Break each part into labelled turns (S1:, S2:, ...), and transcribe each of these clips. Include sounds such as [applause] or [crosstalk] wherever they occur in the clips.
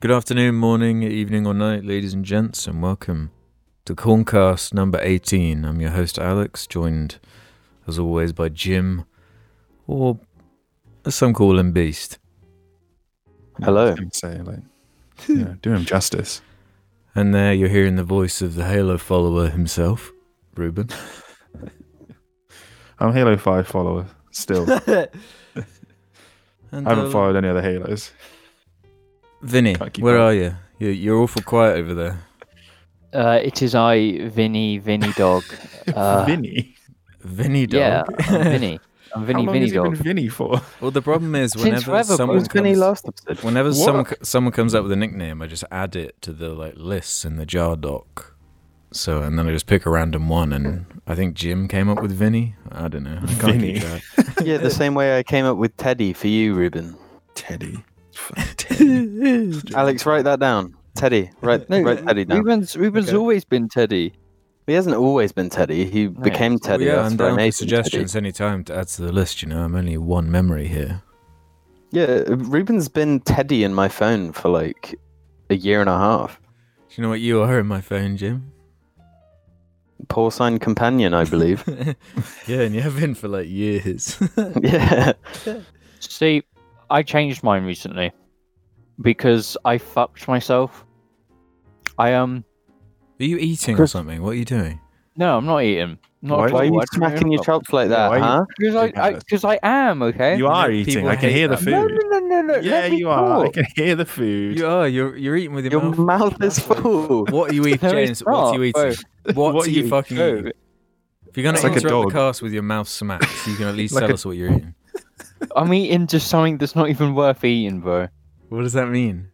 S1: Good afternoon, morning, evening, or night, ladies and gents, and welcome to Corncast number 18. I'm your host, Alex, joined as always by Jim, or as some call him, Beast.
S2: Hello.
S3: gonna say like, you know, do him justice.
S1: And there you're hearing the voice of the Halo follower himself, Ruben.
S3: I'm a Halo Five follower still.
S4: [laughs]
S1: And,
S3: I haven't
S1: uh,
S3: followed any other Halos.
S1: Vinny,
S3: Can't keep
S1: where
S3: up.
S1: are you? You're, you're awful quiet over there.
S2: Uh, it is I, Vinny, Vinny Dog. Uh,
S3: [laughs] Vinny.
S1: Vinny dog.
S2: Yeah, I'm Vinny. I'm
S3: How
S2: Vinny,
S3: long
S2: Vinny
S3: has it been
S2: Dog.
S3: Vinny for?
S1: [laughs] Well, the problem is
S2: Since
S1: whenever
S2: forever,
S1: someone
S2: bro.
S1: comes,
S2: episode?
S1: whenever
S3: What?
S1: someone someone comes up with a nickname, I just add it to the like lists in the jar doc. So and then I just pick a random one, and I think Jim came up with Vinny. I don't know. I can't keep [laughs]
S3: Vinny.
S1: track.
S2: Yeah, [laughs] the same way I came up with Teddy for you, Ruben.
S3: Teddy. Fucking Teddy.
S2: Alex, write that down. Teddy, write, write Teddy down.
S4: Ruben's, Ruben's
S3: Okay.
S4: always been Teddy.
S2: He hasn't always been Teddy. He became Teddy.
S1: Well, yeah,
S2: after
S1: I'm
S2: I
S1: down
S2: made
S1: for
S2: him
S1: suggestions any time to add to the list. You know, I'm only one memory here.
S2: Teddy.
S4: Yeah,
S2: Ruben's been Teddy in my phone for like a year and a half.
S1: Do you know what you are in my phone, Jim? [laughs]
S2: Porcine companion, I believe. [laughs]
S1: yeah, and you have been for like years. [laughs]
S2: yeah.
S4: See, I changed mine recently because I fucked myself. I um
S1: Are you eating or
S4: Chris-
S1: something? What are you doing?
S4: no, I'm not eating. Not
S3: Why-
S4: at
S2: Why are
S4: all.
S2: you
S4: I don't
S2: smacking
S4: know.
S2: your chops like that,
S3: Why are you-
S2: huh?
S4: Because I, I, because I am okay.
S3: You are
S1: People
S3: eating. I can
S1: hate
S3: hear the
S1: that.
S3: food.
S4: No, no, no, no, no.
S3: Yeah,
S4: let me
S3: you are. I
S4: talk.
S3: can hear the food.
S1: You are. You're you're eating with your,
S2: Your mouth is
S1: full.
S2: full.
S1: What are you eating,
S4: No, it's
S1: James? What are you
S4: not, bro.
S1: eating? What,
S3: What
S1: are
S3: are
S1: you,
S3: you-
S1: fucking
S4: No.
S1: eating? If you're gonna
S3: It's like a
S1: interrupt
S3: dog.
S1: the cast with your mouth smacks, you can at least
S3: Like
S1: tell
S3: a-
S1: us what you're eating.
S4: I'm eating just something that's not even worth eating, bro.
S1: What does that mean?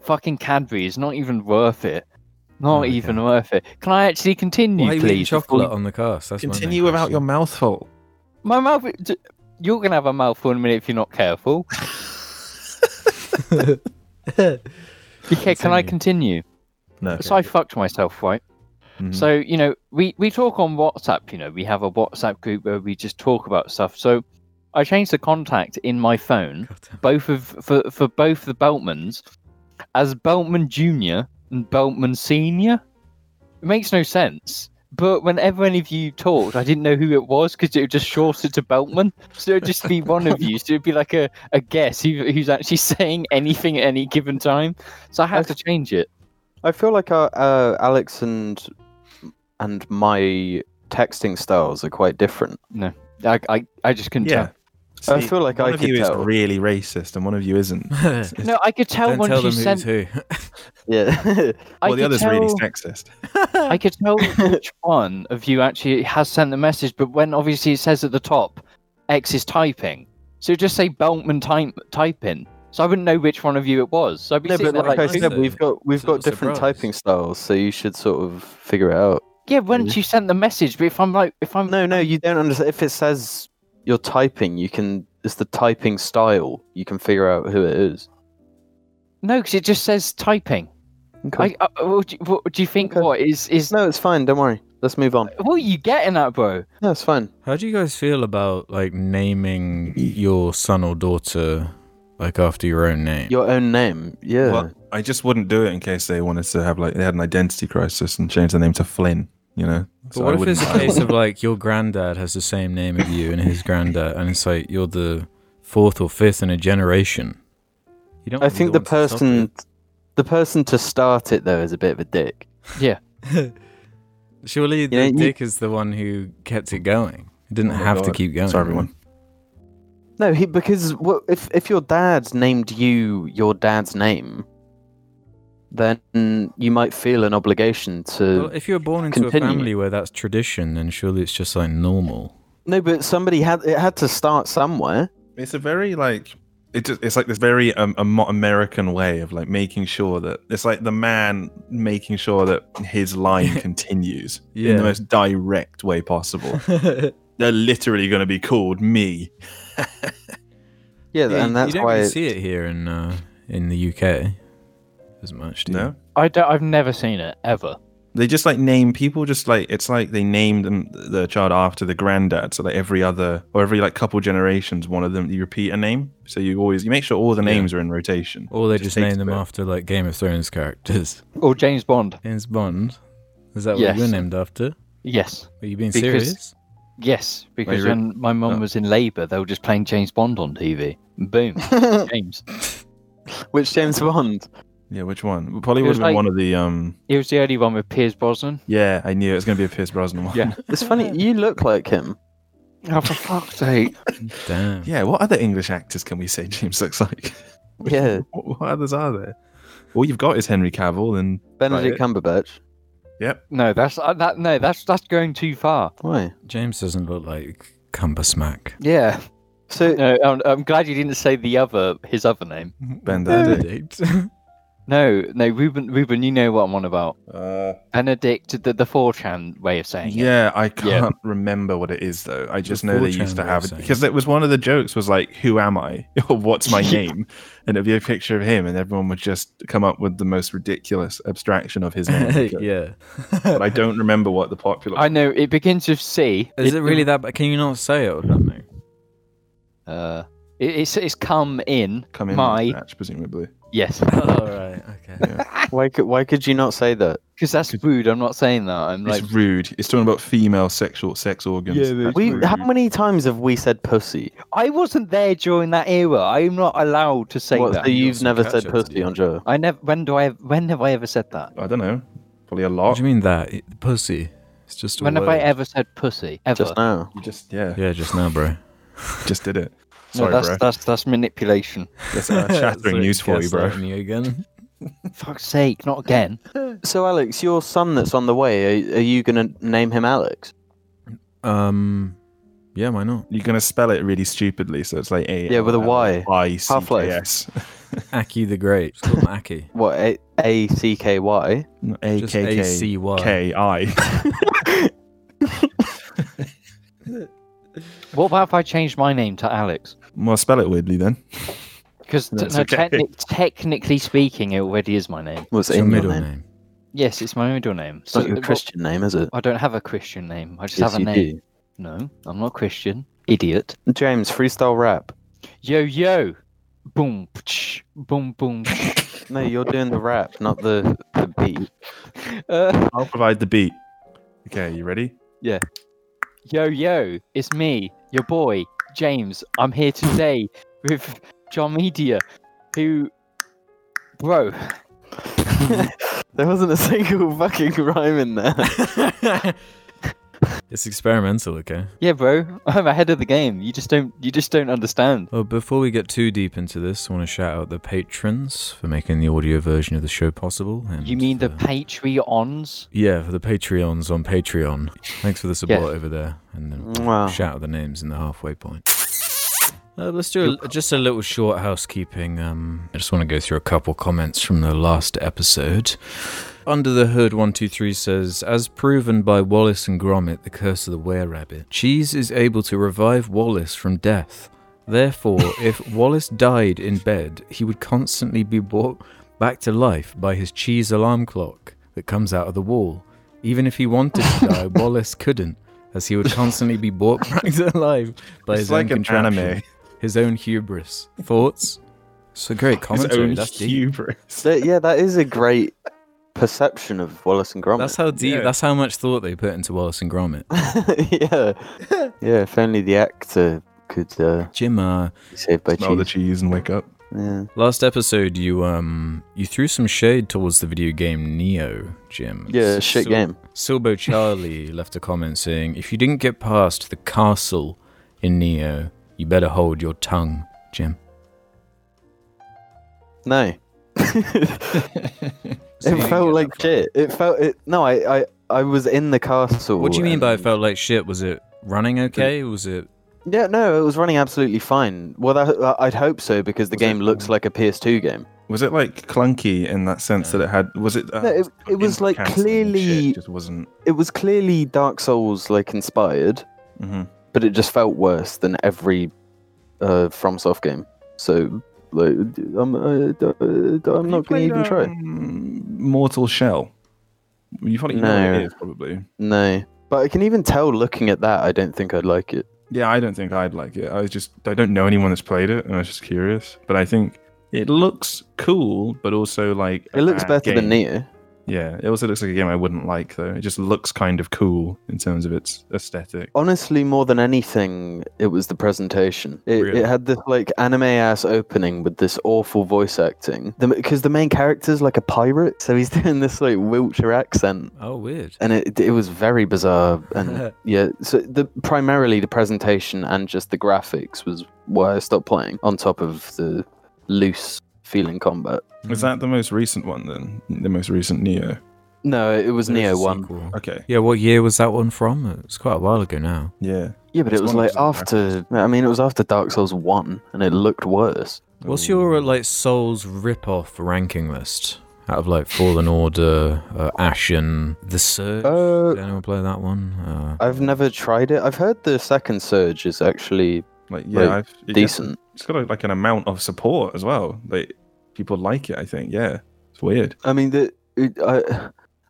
S4: Fucking Cadbury is not even worth it. Not
S1: Oh, okay.
S4: even worth it. Can I actually continue,
S1: Why are you eating
S4: please? before
S1: chocolate
S4: you-
S1: on the cast? That's my main
S3: Continue without
S1: question. [laughs]
S3: your mouthful.
S4: My mouth. d- You're gonna have a mouthful in a minute if you're not
S1: [laughs]
S4: careful. Okay, can I continue?
S3: No.
S4: So I fucked myself, right?
S1: Mm.
S3: Mhm.
S4: So you know, we we talk on WhatsApp. You know, we have a WhatsApp group where we just talk about stuff. So I changed the contact in my phone,
S1: God damn.
S4: both of for for both the Beltmans, as Beltman Junior and Beltman Senior. It makes no sense. But whenever any of you talked, I didn't know who it was because it would just shorted to Beltman. So it'd just be one of you. So it'd be like a, a guess who, who's actually [laughs] saying anything at any given time. So I had to change it.
S2: [laughs] I feel like our, uh, Alex and and my texting styles are quite different.
S4: I, I, I just couldn't
S3: yeah.
S2: I feel like
S3: one
S2: I
S3: of
S2: could
S3: you
S2: tell.
S3: is really racist, and one of you isn't.
S4: tell. No, I could tell
S1: Don't
S4: once
S1: tell
S4: you
S1: them who's
S4: sent.
S1: who. [laughs]
S2: Yeah. [laughs]
S4: I
S3: well, the
S4: could
S3: other's
S4: tell,
S3: really sexist.
S4: I could tell which one of you actually has sent the message, but when obviously it says at the top, X is typing, so just say Beltman type typing, so I wouldn't know which one of you it was. So I'd be
S2: No,
S4: sitting
S2: but
S4: there
S2: like
S4: like,
S2: I
S1: like
S2: said,
S1: this,
S2: we've got we've
S1: it's a
S2: got
S1: little
S2: different
S1: surprise.
S2: typing styles, so you should sort of figure it out.
S4: yeah, when you sent the message, but if I'm like, if I'm
S2: No, no, you don't understand. If it says you're typing, you can. It's the typing style. You can figure out who it is.
S4: no, because it just says typing. I, I, what, do you, what do you think?
S2: Okay.
S4: What is is?
S2: No, it's fine. Don't worry. Let's move on.
S4: What are you getting at, bro?
S2: No, it's fine.
S1: How do you guys feel about like naming your son or daughter like after your own name?
S2: Your own name. Yeah.
S3: Well, I just wouldn't do it in case they wanted to have like they had an identity crisis and changed their name to Flynn. You know.
S1: But
S3: So I
S1: what if
S3: wouldn't-
S1: it's a case of like your granddad has the same name as you and his granddad, and it's like you're the fourth or fifth in a generation? You don't.
S2: I
S1: you
S2: think the
S1: don't want to stop
S2: person, the person to start it though, is a bit of a dick.
S1: it. Surely the
S2: know, you-
S1: dick is the one who kept it going. It didn't
S3: Oh my
S1: have to
S3: God.
S1: keep going.
S3: Sorry, everyone.
S2: No, he because well, if if your dad named you your dad's name, then you might feel an obligation to.
S1: Well, if you're born into a
S2: Continue.
S1: family where that's tradition, then surely it's just like
S3: [laughs]
S1: normal.
S2: no, but somebody had it had to start somewhere.
S3: It's a very like it just, it's like this very um, um, American way of like making sure that it's like the man making sure that
S1: [laughs]
S3: his line continues in
S1: Yeah.
S3: the most direct way
S1: [laughs]
S3: possible. They're literally going to be called me.
S2: Yeah,
S1: you-
S2: and that's
S1: you don't
S2: why.
S1: really
S2: it-
S1: see it here in uh, in the UK as much. Do you?
S3: No,
S4: I don't. I've never seen it ever.
S3: They just like name people. Just like it's like they named them the child after the granddad. So like every other or every like couple generations, one of them you repeat a name. So you always you make sure all the names are in rotation.
S1: Or they
S3: It
S1: just
S3: takes
S1: name
S3: a
S1: them
S3: bit.
S1: after like Game of Thrones characters.
S4: Or James Bond.
S1: James Bond. Is that
S4: Yes.
S1: what you're named after?
S4: Yes.
S1: Are you being
S4: Because-
S1: serious?
S4: Yes. Because
S3: Wait,
S4: when my mum
S3: oh.
S4: was in labour, they were just playing James Bond on TV. Boom. James.
S2: Which James Bond?
S3: Yeah, which one? Well, Probably
S4: It
S3: would
S4: was
S3: have been
S4: like-
S3: one of the um.
S4: He was the only one with Piers Brosnan.
S3: Yeah, I knew it was gonna be a Pierce Brosnan one.
S4: Yeah.
S2: It's funny, you look like him.
S4: Oh, for fuck's sake.
S1: Damn.
S3: Yeah, what other English actors can we say [laughs] James looks like?
S2: Yeah,
S3: what, what others are there? All you've got is Henry Cavill, and
S2: Benedict Cumberbatch.
S4: No, that's uh, that. No, that's that's going too far.
S2: Why?
S1: James doesn't look like Cumbersmack.
S3: [laughs]
S4: Yeah.
S2: So
S4: No, I'm, I'm glad you didn't say the other his other name.
S3: Benedict.
S4: No, no, Ruben, Ruben, you know what I'm on about.
S3: Uh,
S4: Benedict, the the 4chan way of saying it.
S3: yeah, I can't remember what it is though. I just know they
S1: 4chan
S3: used to
S1: way of
S3: have it
S1: saying
S3: because it was one of the jokes was like, "Who am I? [laughs] or what's my
S4: Yeah.
S3: name?" And it'd be a picture of him, and everyone would just come up with the most ridiculous abstraction of his [laughs] name.
S1: [laughs] yeah.
S3: But I don't remember what the popular.
S4: I know it begins with C.
S1: Is it really that bad? Can you not say it or something?
S4: Uh, it, it's it's come in
S3: come in
S4: my
S3: match, presumably.
S4: yes [laughs]
S1: All Oh, right. Okay.
S2: why could why could you not say that?
S4: because that's rude. I'm not saying that. I'm like
S3: it's rude. It's talking about female sexual sex organs.
S4: Yeah, but-
S3: That's
S2: We
S3: rude.
S2: how many times have we said pussy?
S4: I wasn't there during that era. I'm not allowed to say
S2: What,
S4: that.
S2: so you've
S1: some
S2: never
S1: catch-ups,
S2: said pussy
S1: yeah.
S2: on Joe.
S4: I never. When do I? When have I ever said that?
S3: I don't know. Probably a
S1: What
S3: lot.
S1: do you mean that pussy? It's just. A
S4: When have
S1: word.
S4: I ever said pussy? Ever?
S2: Just now.
S3: You just yeah,
S1: Yeah, just now,
S3: [laughs]
S1: bro.
S3: just did it.
S4: no,
S3: Sorry,
S4: that's
S3: bro.
S4: that's that's
S2: [laughs]
S4: manipulation.
S3: [laughs] That's uh, shattering
S1: Sorry,
S3: news for you, bro.
S1: gaslighting You
S3: [laughs]
S1: again?
S4: Fuck's sake, not again.
S2: So Alex, your son that's on the way, are, are you gonna name him Alex?
S1: Um. Yeah, why not?
S3: You're gonna spell it really stupidly, so it's like a
S2: Yeah, with a Y. Half-Life.
S3: Yes.
S1: Aki the Great. It's called him Aki.
S2: What A A C K Y?
S3: [laughs] A
S1: Just
S3: K
S1: A
S3: K
S1: C Y.
S3: K I. [laughs]
S4: What about if I change my name to Alex?
S3: Well, spell it weirdly then.
S4: Because t-
S3: That's
S4: no,
S3: okay.
S4: technic- technically speaking, it already is my name.
S2: What's
S1: It's
S2: in
S1: your middle
S2: name?
S1: name.
S4: Yes, it's my middle name.
S2: It's not your
S4: well,
S2: Christian name, is it?
S4: I don't have a Christian name. I just
S2: Yes,
S4: have a
S2: you
S4: name. No, I'm not Christian. Idiot.
S2: do. James, freestyle rap.
S4: Yo yo. Boom. psh, Boom boom.
S2: [laughs] No, you're doing the rap, not the, the beat.
S4: Uh,
S3: I'll provide the beat. Okay, you ready?
S4: yo yo. It's me, your boy James. I'm here today with John Media, who, bro.
S2: There wasn't a [laughs] single fucking rhyme in there.
S1: It's experimental, okay?
S4: Yeah, bro. [laughs] I'm ahead of the game. You just don't. You just don't understand.
S1: Well, before we get too deep into this, I want to shout out the patrons for making the audio version of the show possible. And
S4: You mean the
S1: for-
S4: Patreons?
S1: Yeah, for the Patreons on Patreon. Thanks for the support over there. And then
S2: Wow.
S1: shout out the names in the halfway point. Uh, let's do a, just a little short housekeeping. Um, I just want to go through a couple comments from the last episode. Under the Hood 123 says, As proven by Wallace and Gromit, the curse of the were rabbit, Cheese is able to revive Wallace from death. Therefore, if Wallace died in bed, he would constantly be brought back to life by his cheese alarm clock that comes out of the wall. Even if he wanted to
S3: [laughs]
S1: die, Wallace couldn't, as he would constantly be brought [laughs] back to life by
S3: It's
S1: his
S3: like
S1: own
S3: an
S1: contraption,
S3: anime.
S1: his own hubris. Thoughts? It's a great
S3: His
S1: commentary.
S3: own
S1: That's deep.
S3: hubris.
S2: That- yeah, that is a great perception of Wallace and Gromit.
S1: That's how deep.
S3: Yeah.
S1: That's how much thought they put into Wallace and Gromit.
S2: [laughs] yeah. Yeah, if only the actor could uh,
S1: Jim, uh,
S2: be saved by
S3: Smell the
S2: cheese.
S3: cheese and wake up.
S2: yeah.
S1: last episode you um you threw some shade towards the video game Neo, Jim.
S2: yeah, shit
S1: So-
S2: game.
S1: Silbo Charlie left a comment saying, "If you didn't get past the castle in Neo, you better hold your tongue, Jim."
S2: No. [laughs]
S1: you
S2: it
S1: didn't
S2: felt
S1: get
S2: like
S1: that far.
S2: shit. It felt it. No, I, I, I was in the castle.
S1: What do you mean by it
S2: and-
S1: felt like shit? Was it running okay? Was it
S2: Yeah, no, it was running absolutely fine. Well, that, I'd hope so because the
S3: Was it-
S2: game looks like a PS2 game.
S3: Was it like clunky in that sense that it had? Was it? Uh,
S2: No, it- it was,
S3: input cancelling
S2: like,
S3: and shit,
S2: clearly-
S3: it Just wasn't.
S2: It was clearly Dark Souls like inspired,
S3: hmm
S2: but it just felt worse than every uh, FromSoft game. So, like,
S3: um,
S2: I'm, uh, d- uh, d- I'm not going to even try.
S3: Mortal Shell. You probably know what
S2: No.
S3: it is, probably.
S2: No. But I can even tell looking at that, I don't think I'd like it.
S3: Yeah, I don't think I'd like it. I was just I don't know anyone that's played it, and I was just curious. But I think it looks cool, but also like
S2: It
S3: a
S2: looks
S3: bad
S2: better
S3: Uh, game.
S2: than Neo.
S3: Yeah, it also looks like a game I wouldn't like though. It just looks kind of cool in terms of its aesthetic.
S2: Honestly, more than anything, it was the presentation. It,
S3: Really?
S2: it had this like anime ass opening with this awful voice acting. Because the, main character's like a pirate, so he's [laughs] doing this like Wiltshire accent,
S1: Oh, weird.
S2: and it it was very bizarre. And
S1: [laughs]
S2: yeah, so the primarily the presentation and just the graphics was why I stopped playing. On top of the loose feeling combat.
S3: Is that the most recent one then? The most recent Neo.
S2: No, it was
S1: There is a
S2: Neo one.
S1: sequel.
S3: Okay.
S1: Yeah, what year was that one from? It was quite a while ago now.
S3: Yeah.
S2: Yeah, but
S3: It's
S2: it was
S3: one
S2: like
S3: of those
S2: after. I mean, it was after Dark Souls one, and it looked worse.
S1: What's your uh, like Souls rip-off ranking list? Out of like Fallen Order, uh, Ashen, The Surge.
S2: Uh,
S1: Did anyone play that one? Uh,
S2: I've never tried it. I've heard the second surge is actually
S3: like yeah,
S2: like,
S3: I've, it gets-
S2: decent.
S3: it's got a, like an amount of support as well. Like people like it, I think. Yeah. It's weird.
S2: I mean, the it, I,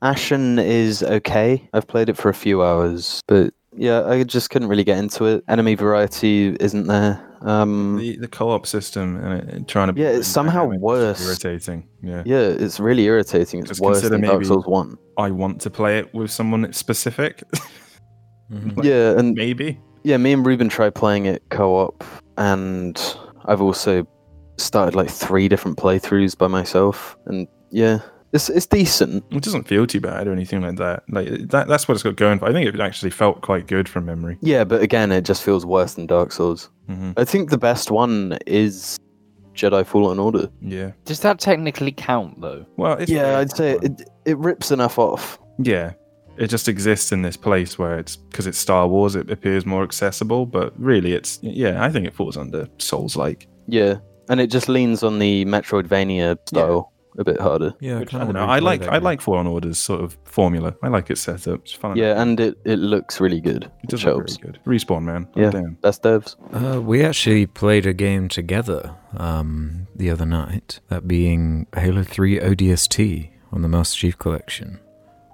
S2: Ashen is okay. I've played it for a few hours, but yeah, I just couldn't really get into it. Enemy variety isn't there. Um,
S3: The, the co-op system and it, and trying to
S2: Yeah, it's somehow
S3: dynamic is
S2: worse.
S3: irritating. Yeah.
S2: yeah, it's really irritating. It's
S3: Just
S2: worse
S3: consider
S2: than Dark
S3: maybe-
S2: Souls one.
S3: I want to play it with someone specific. [laughs]
S1: mhm.
S3: like,
S2: yeah, and
S3: Maybe.
S2: Yeah, me and Ruben tried playing it co-op, and I've also started like three different playthroughs by myself, and yeah, it's it's decent.
S3: It doesn't feel too bad or anything like that. Like that that's what it's got going for. I think it actually felt quite good from memory.
S2: Yeah, but again, it just feels worse than Dark Souls.
S3: hmm
S2: I think the best one is Jedi Fallen Order.
S3: Yeah.
S4: Does that technically count though?
S3: Well, it's
S2: yeah,
S3: weird.
S2: I'd say it it rips enough off.
S3: Yeah. It just exists in this place where it's because it's Star Wars, it appears more accessible, but really it's yeah, I think it falls under Souls like.
S2: Yeah, and it just leans on the Metroidvania style a bit harder.
S1: Yeah,
S3: Which, I,
S1: kinda
S3: don't know.
S1: wanna
S3: I
S1: replay
S3: like
S1: that
S3: I
S1: game.
S3: like Fallen Order's sort of formula. I like its setup. It's fun.
S2: Yeah, and it, it looks really good.
S3: it
S2: which
S3: does look
S2: helps.
S3: very good. Respawn man.
S2: Yeah.
S3: Damn.
S2: That's devs.
S1: Uh, we actually played a game together um, the other night, that being Halo 3 ODST on the Master Chief Collection.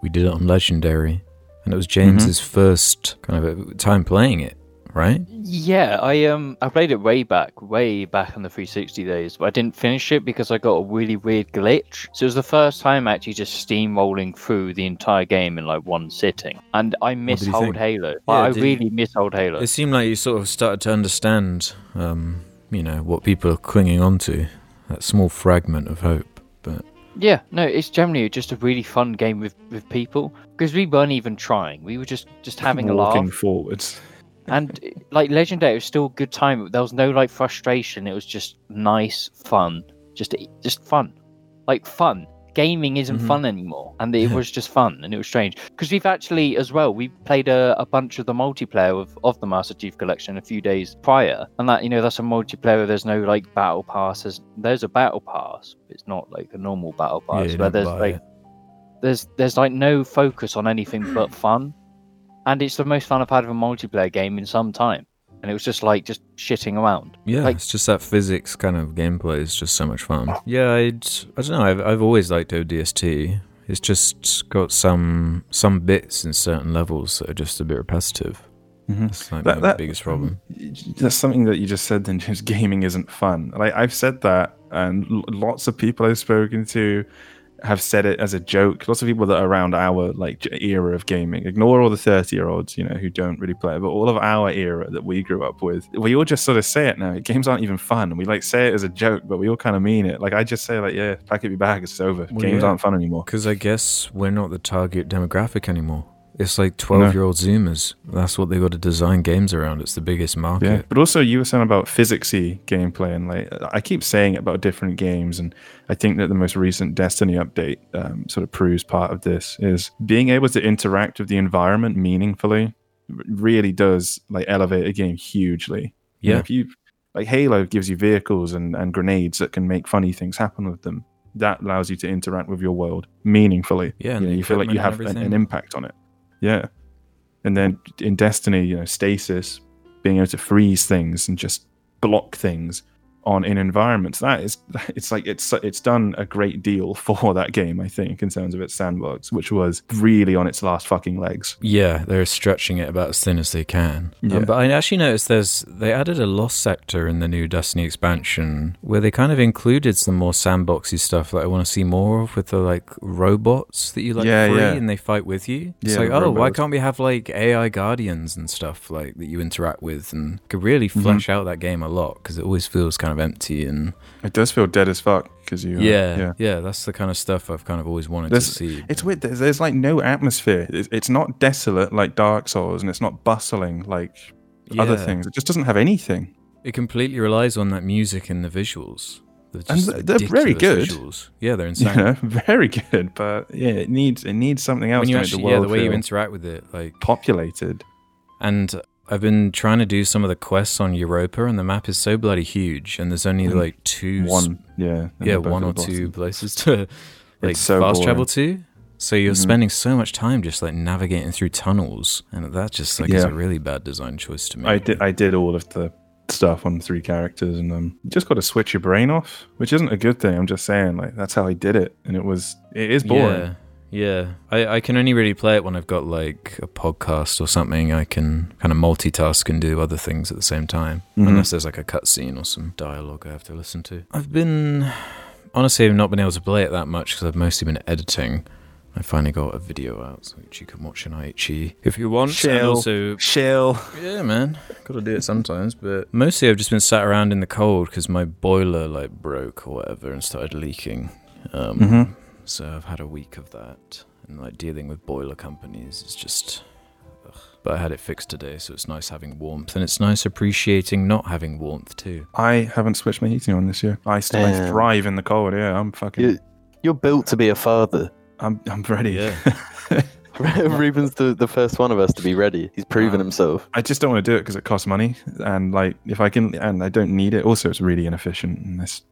S1: We did it on Legendary, and it was James's first kind of uh, time playing it, right?
S4: Yeah, I um I played it way back, way back in the 360 days, but I didn't finish it because I got a really weird glitch. So it was the first time actually just steamrolling through the entire game in like one sitting, and I miss
S1: you
S4: old
S1: think?
S4: Halo.
S1: Yeah,
S4: I
S1: did-
S4: really miss old Halo.
S1: It seemed like you sort of started to understand, um, you know, what people are clinging onto, that small fragment of hope. But
S4: Yeah, no, it's generally just a really fun game with with people because we weren't even trying. We were just just having a
S3: Walking
S4: laugh,
S3: forwards.
S4: and like Legendary, it was still a good time. There was no like frustration. It was just nice fun, just just fun, like fun. Gaming isn't
S1: Mhm.
S4: fun anymore, and it
S1: Yeah.
S4: was just fun, and it was strange because we've actually as well we played a, a bunch of the multiplayer of, of the Master Chief Collection a few days prior, and that you know that's a multiplayer. There's no like battle passes. There's a battle pass. It's not like a normal battle
S1: yeah,
S4: pass
S1: you
S4: where
S1: don't
S4: there's
S1: buy
S4: like
S1: it.
S4: there's there's like no focus on anything
S1: [clears throat]
S4: but fun, and it's the most fun I've had of a multiplayer game in some time. And it was just like just shitting around.
S1: Yeah,
S4: Like-
S1: it's just that physics kind of gameplay is just so much fun. Yeah, I'd, I don't know. I've, I've always liked ODST. It's just got some some bits in certain levels that are just a bit repetitive.
S3: Mhm.
S1: That's like
S3: That-
S1: my
S3: that- Mm.
S1: biggest problem.
S3: That's something that you just said. Then [laughs] James, gaming isn't fun. Like I've said that, and l- lots of people I've spoken to have said it as a joke. Lots of people that are around our like j- era of gaming. Ignore all the thirty-year-olds, you know, who don't really play. But all of our era that we grew up with, we all just sort of say it now. Games aren't even fun. We like say it as a joke, but we all kind of mean it. Like I just say like, yeah, pack up your bag. It's over.
S1: Well,
S3: Games
S1: yeah.
S3: aren't fun anymore.
S1: Because I guess we're not the target demographic anymore. It's like twelve-year-old Zoomers. That's what they got to design games around. It's the biggest
S3: Yeah,
S1: market.
S3: but also you were saying about physicsy gameplay, and like I keep saying about different games, and I think that the most recent Destiny update um, sort of proves part of this is being able to interact with the environment meaningfully r- really does like elevate a game hugely. You know,
S1: Yeah.
S3: if you like Halo gives you vehicles and and grenades that can make funny things happen with them. That allows you to interact with your world meaningfully.
S1: Yeah,
S3: you,
S1: and
S3: know,
S1: the
S3: you feel like you
S1: equipment
S3: have
S1: and
S3: an, an
S1: everything.
S3: impact on it. Yeah, and then in Destiny, you know, stasis being able to freeze things and just block things on in environments. That is, [laughs] it's like it's it's done a great deal [laughs] for that game. I think in terms of its sandbox, which was really on its last fucking legs.
S1: Yeah, they're stretching it about as thin as they can. Um,
S3: Yeah.
S1: but I actually noticed there's they added a loss sector in the new Destiny expansion where they kind of included some more sandboxy stuff that I want to see more of with the like robots that you like
S3: Yeah,
S1: free
S3: yeah.
S1: and they fight with you. It's
S3: Yeah,
S1: like,
S3: the
S1: oh, why
S3: robots.
S1: can't we have like AI guardians and stuff like that you interact with and could really
S3: Mm-hmm.
S1: flesh out that game a lot because it always feels kind of empty and
S3: It does feel dead as fuck because you. uh,
S1: yeah, yeah, that's the kind of stuff I've kind of always wanted
S3: There's-
S1: to see.
S3: It's weird. There's, there's like no atmosphere. It's, it's not desolate like Dark Souls, and it's not bustling like other
S1: Yeah.
S3: things. It just doesn't have anything. [laughs]
S1: It completely relies on that music and the visuals. They're,
S3: And
S1: just
S3: th- they're very
S1: ridiculous
S3: good.
S1: Visuals. Yeah, they're
S3: [laughs] You
S1: insane.
S3: know, very good, but yeah, it needs it needs something else
S1: when you
S3: to make
S1: actually,
S3: the
S1: yeah,
S3: world
S1: the way
S3: feel
S1: you interact with it, like,
S3: populated.
S1: and I've been trying to do some of the quests on Europa, and the map is so bloody huge, and there's only
S3: Mm.
S1: like two, s-
S3: One, yeah, and
S1: yeah,
S3: both
S1: one
S3: at
S1: or
S3: the bottom.
S1: two places to like
S3: so
S1: fast
S3: boring.
S1: travel to. So you're
S3: Mhm.
S1: spending so much time just like navigating through tunnels, and that just like is
S3: Yeah.
S1: a really bad design choice to me.
S3: I did I did all of the stuff on three characters and um you just got to switch your brain off, which isn't a good thing. I'm just saying like that's how I did it and it was it is boring.
S1: Yeah, yeah. I, I can only really play it when I've got like a podcast or something. I can kind of multitask and do other things at the same time,
S3: Mhm.
S1: unless there's like a cutscene or some dialogue I have to listen to. I've been honestly, I've not been able to play it that much because I've mostly been editing. I finally got a video out, so which you can watch on IHE if you want. And
S3: Chill.
S1: also,
S3: Chill.
S1: yeah, man, gotta do it sometimes. But mostly, I've just been sat around in the cold because my boiler like broke or whatever and started leaking. Um,
S3: Mhm.
S1: so I've had a week of that, and like dealing with boiler companies is just. ugh. But I had it fixed today, so it's nice having warmth, and it's nice appreciating not having warmth too.
S3: I haven't switched my heating on this year. I still I
S2: Damn.
S3: thrive in the cold. Yeah, I'm fucking
S2: You- You're built to be a father. [laughs]
S3: I'm I'm ready.
S1: Yeah.
S2: Ruben's the, the first one of us to be ready. He's proven
S1: Wow.
S2: himself.
S3: [laughs] I just don't want to do it because it costs money, and like if I can, and I don't need it. Also, it's really inefficient in this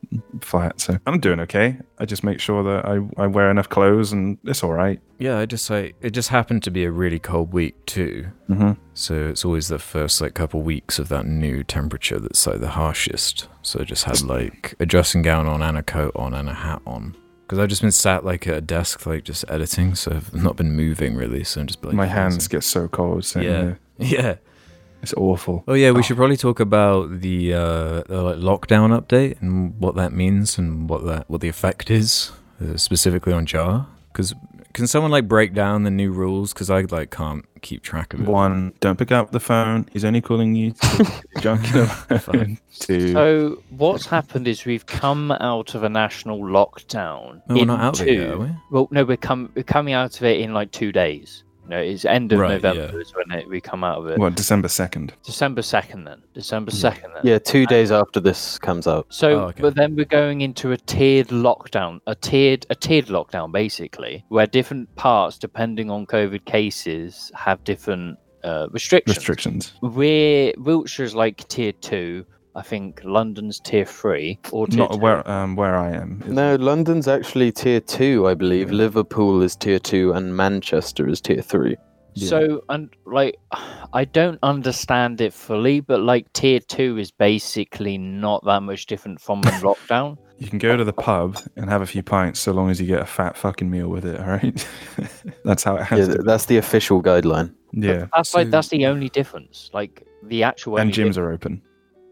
S3: flat, so I'm doing okay. I just make sure that I, I wear enough clothes, and it's all right.
S1: Yeah, I just like it just happened to be a really cold week too.
S3: Mm-hmm.
S1: So it's always the first like couple weeks of that new temperature that's like the harshest. So I just had like a dressing gown on and a coat on and a hat on. Because I've just been sat like at a desk, like just editing, so I've not been moving really. So I'm just like
S3: My hands get so cold, so
S1: Yeah.
S3: yeah,
S1: [laughs] Yeah.
S3: it's awful.
S1: Oh yeah, we should probably talk about the uh, uh, like lockdown update and what that means and what that what the effect is uh, specifically on Jar. Because can someone like break down the new rules? Because I like can't keep track of it.
S3: One, don't pick up the phone. He's only calling you to junk in the phone. [laughs] Two,
S4: So what's happened is we've come out of a national lockdown.
S1: No, we're not out of it
S4: into-
S1: yet, are we?
S4: Well, no, we're, com- we're coming out of it in like two days. You know, it's end of
S1: Right,
S4: November
S1: yeah.
S4: is when it, we come out of it.
S3: what? December second.
S4: December second, then December second, then.
S2: Yeah, two days after this comes out.
S4: So,
S1: Oh, okay.
S4: but then we're going into a tiered lockdown, a tiered, a tiered lockdown, basically, where different parts, depending on COVID cases, have different uh, restrictions.
S3: Restrictions.
S4: We're Wiltshire's like tier two. I think London's tier three or tier
S3: Not
S4: two.
S3: where um where I am. is-
S2: No, London's actually tier two, I believe. Liverpool is tier two, and Manchester is tier three.
S4: So and like I don't understand it fully, but like tier two is basically not that much different from
S3: [laughs]
S4: a lockdown.
S3: You can go to the pub and have a few pints so long as you get a fat fucking meal with it, [laughs] all right? that's how it
S2: Yeah,
S3: has
S2: th-
S3: to be.
S2: that's the official guideline.
S3: Yeah.
S4: That's like
S1: So-
S4: that's the only difference. Like the actual
S3: And
S4: only
S3: gyms
S4: dif-
S3: are open.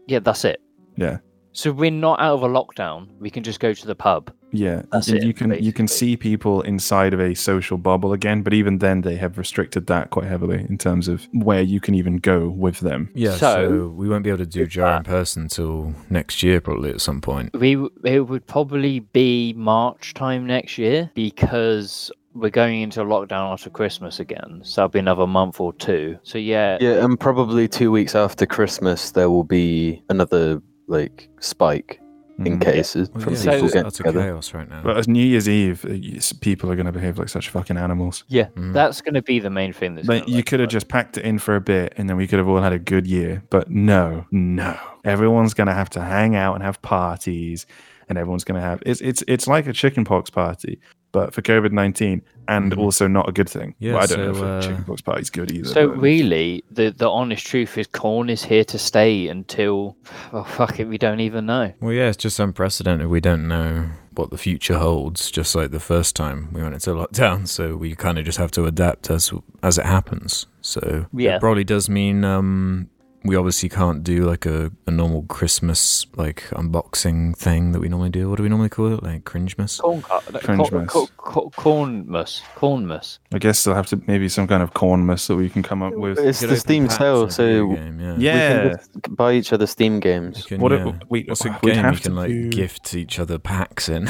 S4: yeah, that's it.
S3: Yeah.
S4: So we're not out of a lockdown. We can just go to the pub.
S3: Yeah.
S4: That's
S3: you,
S4: it,
S3: you can you
S4: basically.
S3: can see people inside of a social bubble again, but even then they have restricted that quite heavily in terms of where you can even go with them.
S1: Yeah, so,
S4: So-
S1: we won't be able to do
S4: With
S1: Jar in
S4: that-
S1: person till next year, probably at some point.
S4: We w- it would probably be March time next year because we're going into a lockdown after Christmas again. So that'll be another month or two. So yeah,
S2: Yeah, and probably two weeks after Christmas, there will be another like spike in
S3: Mm.
S2: cases
S1: Well,
S2: from
S1: yeah,
S4: So-
S2: people
S1: it's
S2: getting
S1: utter
S2: together.
S1: chaos right now.
S3: But as New Year's Eve, uh, yes, people are going to behave like such fucking animals.
S4: yeah,
S1: Mm.
S4: that's going to be the main thing. That's
S3: Like
S4: gonna
S3: you
S4: look
S3: could have
S4: like-
S3: just packed it in for a bit, and then we could have all had a good year. But no, no, everyone's gonna have to hang out and have parties, and everyone's gonna have it's it's it's like a chickenpox party, but for COVID 19 and
S1: Mhm.
S3: also not a good thing.
S1: Yeah,
S3: Well, I don't know if
S1: so,
S3: a
S1: uh,
S3: chickenpox party's good either.
S4: So
S3: but-
S4: really, the the honest truth is, corn is here to stay until well, fuck it, we don't even know.
S1: Well, yeah, it's just unprecedented. We don't know what the future holds. Just like the first time we went into lockdown, so we kind of just have to adapt as as it happens. So
S4: Yeah.
S1: it probably does mean um, we obviously can't do like a, a normal Christmas like unboxing thing that we normally do. What do we normally call it? Like Cringemas.
S4: Corn,
S3: Cringe-mas.
S4: corn, corn, corn mus, corn mus.
S3: I guess they'll have to maybe some kind of corn mist that we can come up with.
S2: It's
S1: You could
S2: the
S1: open
S2: Steam
S1: packs
S2: sale,
S1: of video
S2: so
S1: game, yeah.
S3: Yeah.
S2: we can just buy each other Steam
S1: You
S2: games.
S1: can,
S3: What
S1: yeah.
S3: if we
S1: It's a
S3: we'd
S1: game
S3: have
S1: you can
S3: to
S1: like
S3: do-
S1: gift each other packs
S3: [laughs]
S1: in.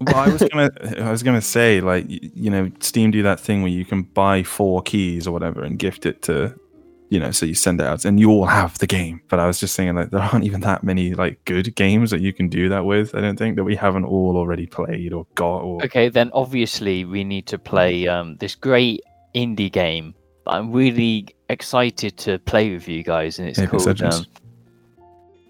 S3: Well, I was gonna, I was gonna say, like, y- you know, Steam do that thing where you can buy four keys or whatever and gift it to, you know, so you send it out and you all have the game. But I was just thinking, like, there aren't even that many like good games that you can do that with. I don't think that we haven't all already played or got. Or
S4: Okay, then obviously we need to play um, this great indie game that I'm really excited to play with you guys, and it's
S3: Apex
S4: called.
S3: Legends.
S4: Um,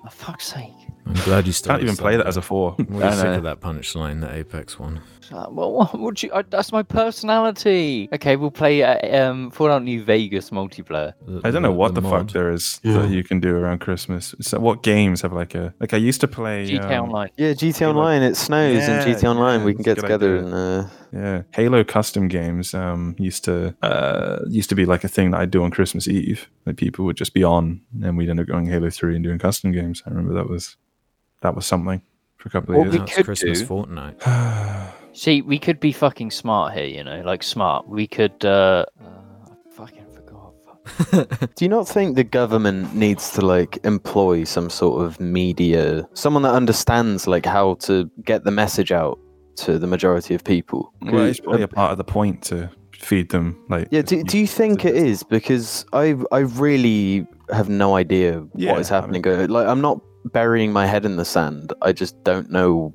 S4: oh, fuck's sake!
S1: I'm glad you
S3: can't even play that as a four.
S1: We're
S4: I
S1: just sick
S4: know.
S1: of that punchline, that Apex one.
S4: Uh, well, what would you? I, that's my personality. Okay, we'll play uh, um, Fallout New Vegas multiplayer.
S3: I don't know what the, fuck
S1: mod.
S3: there is
S2: Yeah.
S3: that you can do around Christmas. So what games have like a like? I used to play
S4: GTA
S3: um,
S4: Online.
S2: Yeah, GTA
S3: Halo.
S2: Online. It snows
S3: Yeah,
S2: in GTA Online.
S3: yeah,
S2: we can
S3: that's a
S2: get
S3: good
S2: together
S3: idea.
S2: and uh,
S3: Yeah, Halo custom games um, used to uh, used to be like a thing that I'd do on Christmas Eve. Like people would just be on, and we'd end up going Halo Three and doing custom games. I remember that was that was something for a couple
S4: What
S3: of
S4: we
S2: [sighs]
S3: years.
S1: That's
S4: could
S1: Christmas
S4: do-
S1: Fortnite.
S4: See, we could be fucking smart here, you know, like smart. We could. Uh, uh, I fucking forgot. Fuck.
S2: Do you not think the government needs to like employ some sort of media, someone that understands like how to get the message out to the majority of people?
S3: well, it's probably
S2: Uh,
S3: a part of the point to feed them. Like,
S2: yeah, do, do you think it is? Because I I really have no idea
S3: Yeah,
S2: what is
S3: I mean-
S2: happening. Go- like I'm not burying my head in the sand. I just don't know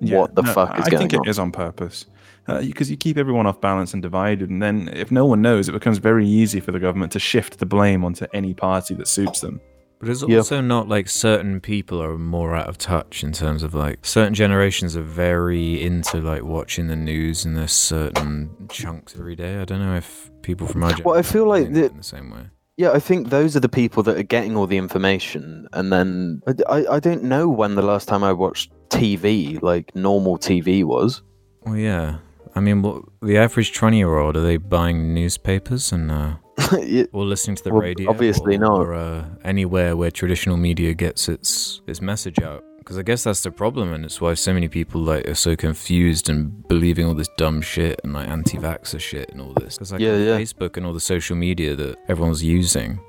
S3: Yeah,
S2: what the
S3: no,
S2: fuck is
S3: I
S2: going
S3: think
S2: on.
S3: it is on purpose because you keep everyone off balance and divided, and then if no one knows, it becomes very easy for the government to shift the blame onto any party that suits them.
S1: But it's
S2: Yeah.
S1: also not like certain people are more out of touch in terms of like certain generations are very into like watching the news and there's certain chunks every day. I don't know if people from our generation
S2: Well, I feel like
S1: think
S2: the-
S1: in the same way.
S2: Yeah, I think those are the people that are getting all the information, and then I, I, I don't know when the last time I watched TV, like normal TV, was.
S1: Well, yeah. I mean, what, the average 20 year old, are they buying newspapers and uh,
S2: [laughs] Yeah,
S1: or listening to the
S2: Well,
S1: radio?
S2: obviously
S1: or,
S2: not.
S1: Or uh, anywhere where traditional media gets its, its message out. Because I guess that's the problem, and it's why so many people like are so confused and believing all this dumb shit and like anti-vaxxer shit and all this. Because like
S2: Yeah,
S1: on
S2: yeah.
S1: Facebook and all the social media that everyone's using.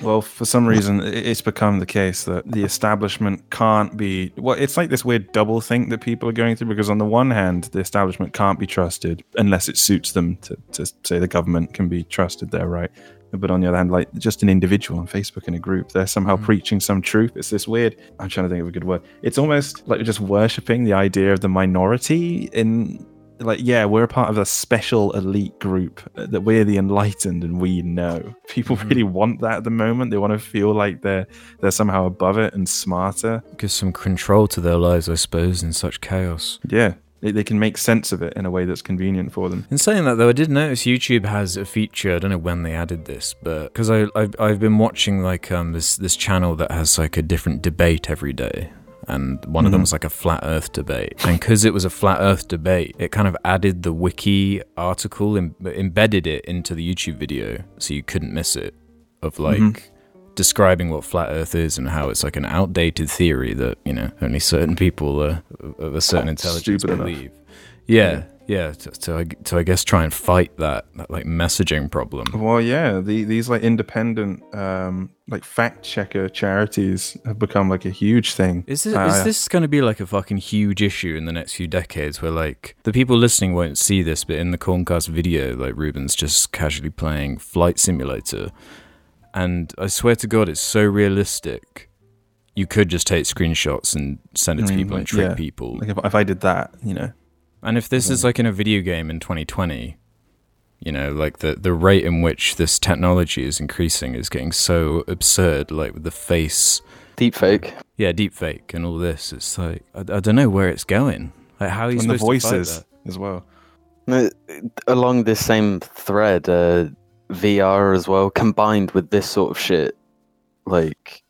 S3: Well, for some reason, i- it's become the case that the establishment can't be. Well, it's like this weird double think that people are going through because, on the one hand, the establishment can't be trusted unless it suits them to, to say the government can be trusted, they're right. But on the other hand, like just an individual on Facebook in a group, they're somehow preaching some truth. It's this weird, I'm trying to think of a good word. It's almost like just worshipping the idea of the minority in like yeah we're a part of a special elite group uh, that we're the enlightened and we know [laughs] people
S1: Mhm.
S3: really want that at the moment they want to feel like they're they're somehow above it and smarter
S1: Gives some control to their lives, I suppose, in such chaos.
S3: yeah they, they can make sense of it in a way that's convenient for them
S1: In saying that, though, I did notice YouTube has a feature. I don't know when they added this, but because I I've, I've been watching like um this this channel that has like a different debate every day, and one of them
S3: Mhm.
S1: was like a flat Earth debate, and because it was a flat Earth debate, it kind of added the wiki article and embedded it into the YouTube video, so you couldn't miss it. Of like.
S3: Mhm.
S1: Describing what flat Earth is and how it's like an outdated theory that you know only certain people uh, of a certain intelligence
S3: Stupid enough.
S1: believe. Yeah, yeah. To, to, I- to I guess try and fight that, that like messaging problem.
S3: well yeah the, these like independent um like fact checker charities have become like a huge thing
S1: Is this,
S3: Uh,
S1: is this going to be like a fucking huge issue in the next few decades where like the people listening won't see this, but in the Corncast video, like Ruben's just casually playing Flight Simulator, and I swear to God, it's so realistic. You could just take screenshots and send it to
S3: Mm,
S1: people and
S3: like,
S1: trick
S3: yeah.
S1: people.
S3: like if, if i did that you know
S1: And if this is like in a video game in 2020, you know, like the the rate in which this technology is increasing is getting so absurd. Like with the face,
S2: Deepfake.
S1: yeah, deepfake and all this. It's like I, I don't know where it's going. Like how are you
S3: and the
S1: supposed to fight
S3: voices
S1: that?
S3: as well
S2: Uh, Along this same thread, uh, VR as well, combined with this sort of shit, like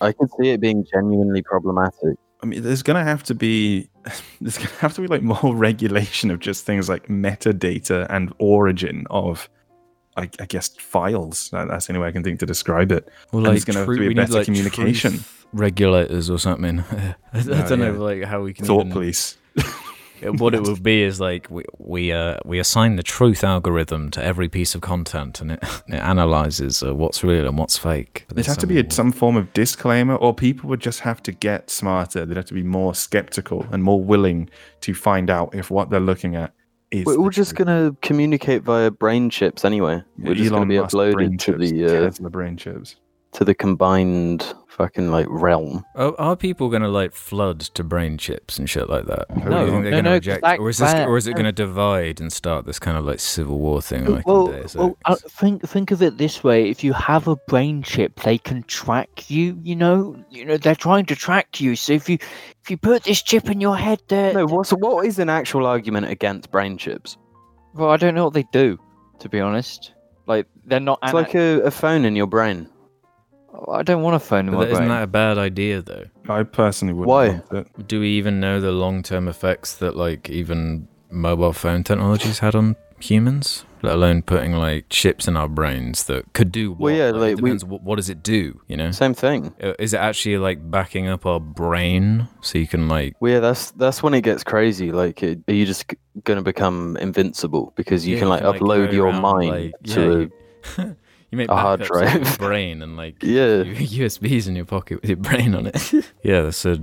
S2: I could see it being genuinely problematic.
S3: I mean, there's gonna have to be [laughs] there's gonna have to be like more [laughs] regulation of just things like metadata and origin of, I, I guess, files. That- That's the only way I can think to describe it.
S1: Well,
S3: And it's gonna have to be a better communication.
S1: truth regulators or something. [laughs] I, I
S3: No,
S1: don't know,
S3: yeah.
S1: like how we can
S3: Thought
S1: even-
S3: police.
S1: [laughs] what
S3: [laughs]
S1: it would be is like we we uh, we assign the truth algorithm to every piece of content, and it, [laughs] and it analyzes uh, what's real and what's fake. But
S3: There'd have to be a, some form of disclaimer, or people would just have to get smarter. They'd have to be more skeptical and more willing to find out if what they're looking at is.
S2: We're
S3: the
S2: all just
S3: truth.
S2: gonna communicate via brain chips anyway. We're just
S3: Elon
S2: gonna be
S3: Musk brain
S2: uploaded to
S3: chips,
S2: the uh,
S3: Tesla brain chips.
S2: to the combined fucking like realm.
S1: Are, are people going to like flood to brain chips and shit like that?
S3: No,
S1: you think they're going to
S4: no, no, 'cause
S1: reject,
S4: that-
S1: or is this,
S4: that-
S1: or is it going to divide and start this kind of like civil war thing? Like in
S4: well,
S1: Deus
S4: well
S1: Ex?
S4: uh, think think of it this way: if you have a brain chip, they can track you. You know, you know they're trying to track you. So if you if you put this chip in your head, there.
S2: No, what's what is an actual argument against brain chips?
S4: Well, I don't know what they do, to be honest. Like they're not.
S2: It's like a, a phone in your brain.
S4: I don't want to phone in
S1: But
S4: my
S1: that- isn't
S4: brain.
S1: that a bad idea though?
S3: I personally wouldn't.
S2: Why?
S3: want it.
S1: Do we even know the long-term effects that like even mobile phone technologies had on humans? Let alone putting like chips in our brains that could do what?
S2: Well, yeah,
S1: it
S2: like, we-
S1: depends what, what does it do? You know,
S2: Same thing.
S1: Uh, is it actually like backing up our brain so you can like?
S2: Well, yeah, that's that's when it gets crazy. Like, it, are you just g- gonna become invincible because you
S1: yeah,
S2: can like upload
S1: go
S2: your
S1: around,
S2: mind
S1: like-
S2: to
S1: yeah,
S2: a,
S1: you, you [laughs] make
S2: a hard
S1: backups of your
S2: drive. [laughs]
S1: brain and like [laughs]
S2: yeah.
S1: your USBs in your pocket with your brain on it. [laughs] yeah, that's a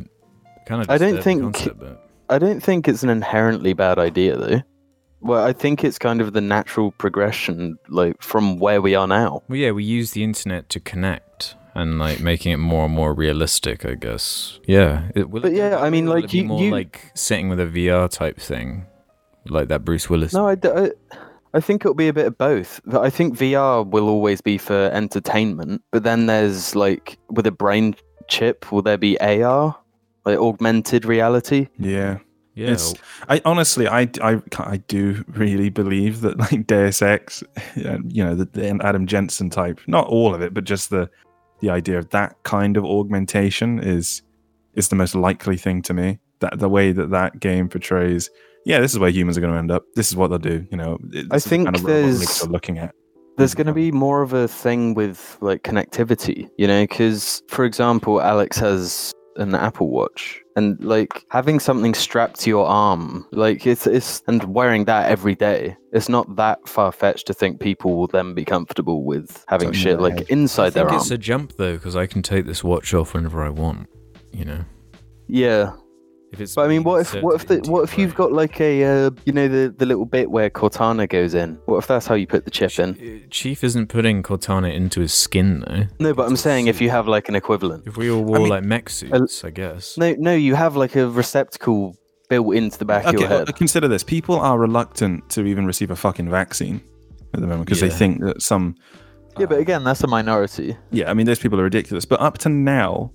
S1: kind of.
S2: I don't
S1: disturbing
S2: think-
S1: Concept, but
S2: I don't think it's an inherently bad idea though. Well, I think it's kind of the natural progression, like from where we are now.
S1: Well, yeah, we use the internet to connect and like making it more and more realistic, I guess. Yeah. It, will
S2: But
S1: it-
S2: yeah, I mean,
S1: will
S2: like,
S1: it be
S2: you-
S1: more
S2: you-
S1: like sitting with a VR type thing, like that Bruce Willis.
S2: No, I, d- I, I think it'll be a bit of both. But I think VR will always be for entertainment, but then there's like with a brain chip, will there be AR, like augmented reality?
S3: Yeah.
S1: yeah.
S3: It's, I honestly, I, I, I do really believe that like Deus Ex, yeah, you know, the, the Adam Jensen type, not all of it, but just the the idea of that kind of augmentation is is the most likely thing to me. That the way that that game portrays, yeah, this is where humans are going to end up. This is what they'll do. You know, It-
S2: I
S3: this is the
S2: think
S3: kind of robotics
S2: there's-
S3: they're looking at.
S2: There's
S3: Mm-hmm.
S2: going to be more of a thing with like connectivity, you know, because for example, Alex has an Apple Watch, and like having something strapped to your arm, like it's it's and wearing that every day. It's not that far fetched to think people will then be comfortable with having
S3: Something
S2: shit
S3: in their
S2: like
S3: head.
S1: I
S2: inside their
S1: think
S2: arm.
S1: it's a jump though, because I can take this watch off whenever I want. You know,
S2: yeah,
S1: if it's.
S2: But I
S1: being
S2: mean, what if what if
S1: inserted
S2: the,
S1: into
S2: what
S1: your
S2: if you've
S1: brain.
S2: got like a uh, you know the the little bit where Cortana goes in? What if that's how you put the chip in?
S1: Uh, Chief isn't putting Cortana into his skin though.
S2: No, but I'm saying if you have like an equivalent.
S1: If we all wore
S3: mean,
S1: like mech suits, I guess.
S2: No, no, you have like a receptacle built into the back of
S3: Okay,
S2: your
S3: well,
S2: head.
S3: consider this: people are reluctant to even receive a fucking vaccine at the moment because
S1: Yeah.
S3: they think that some
S2: Yeah, but again, that's a minority.
S3: Yeah, I mean, those people are ridiculous. But up to now,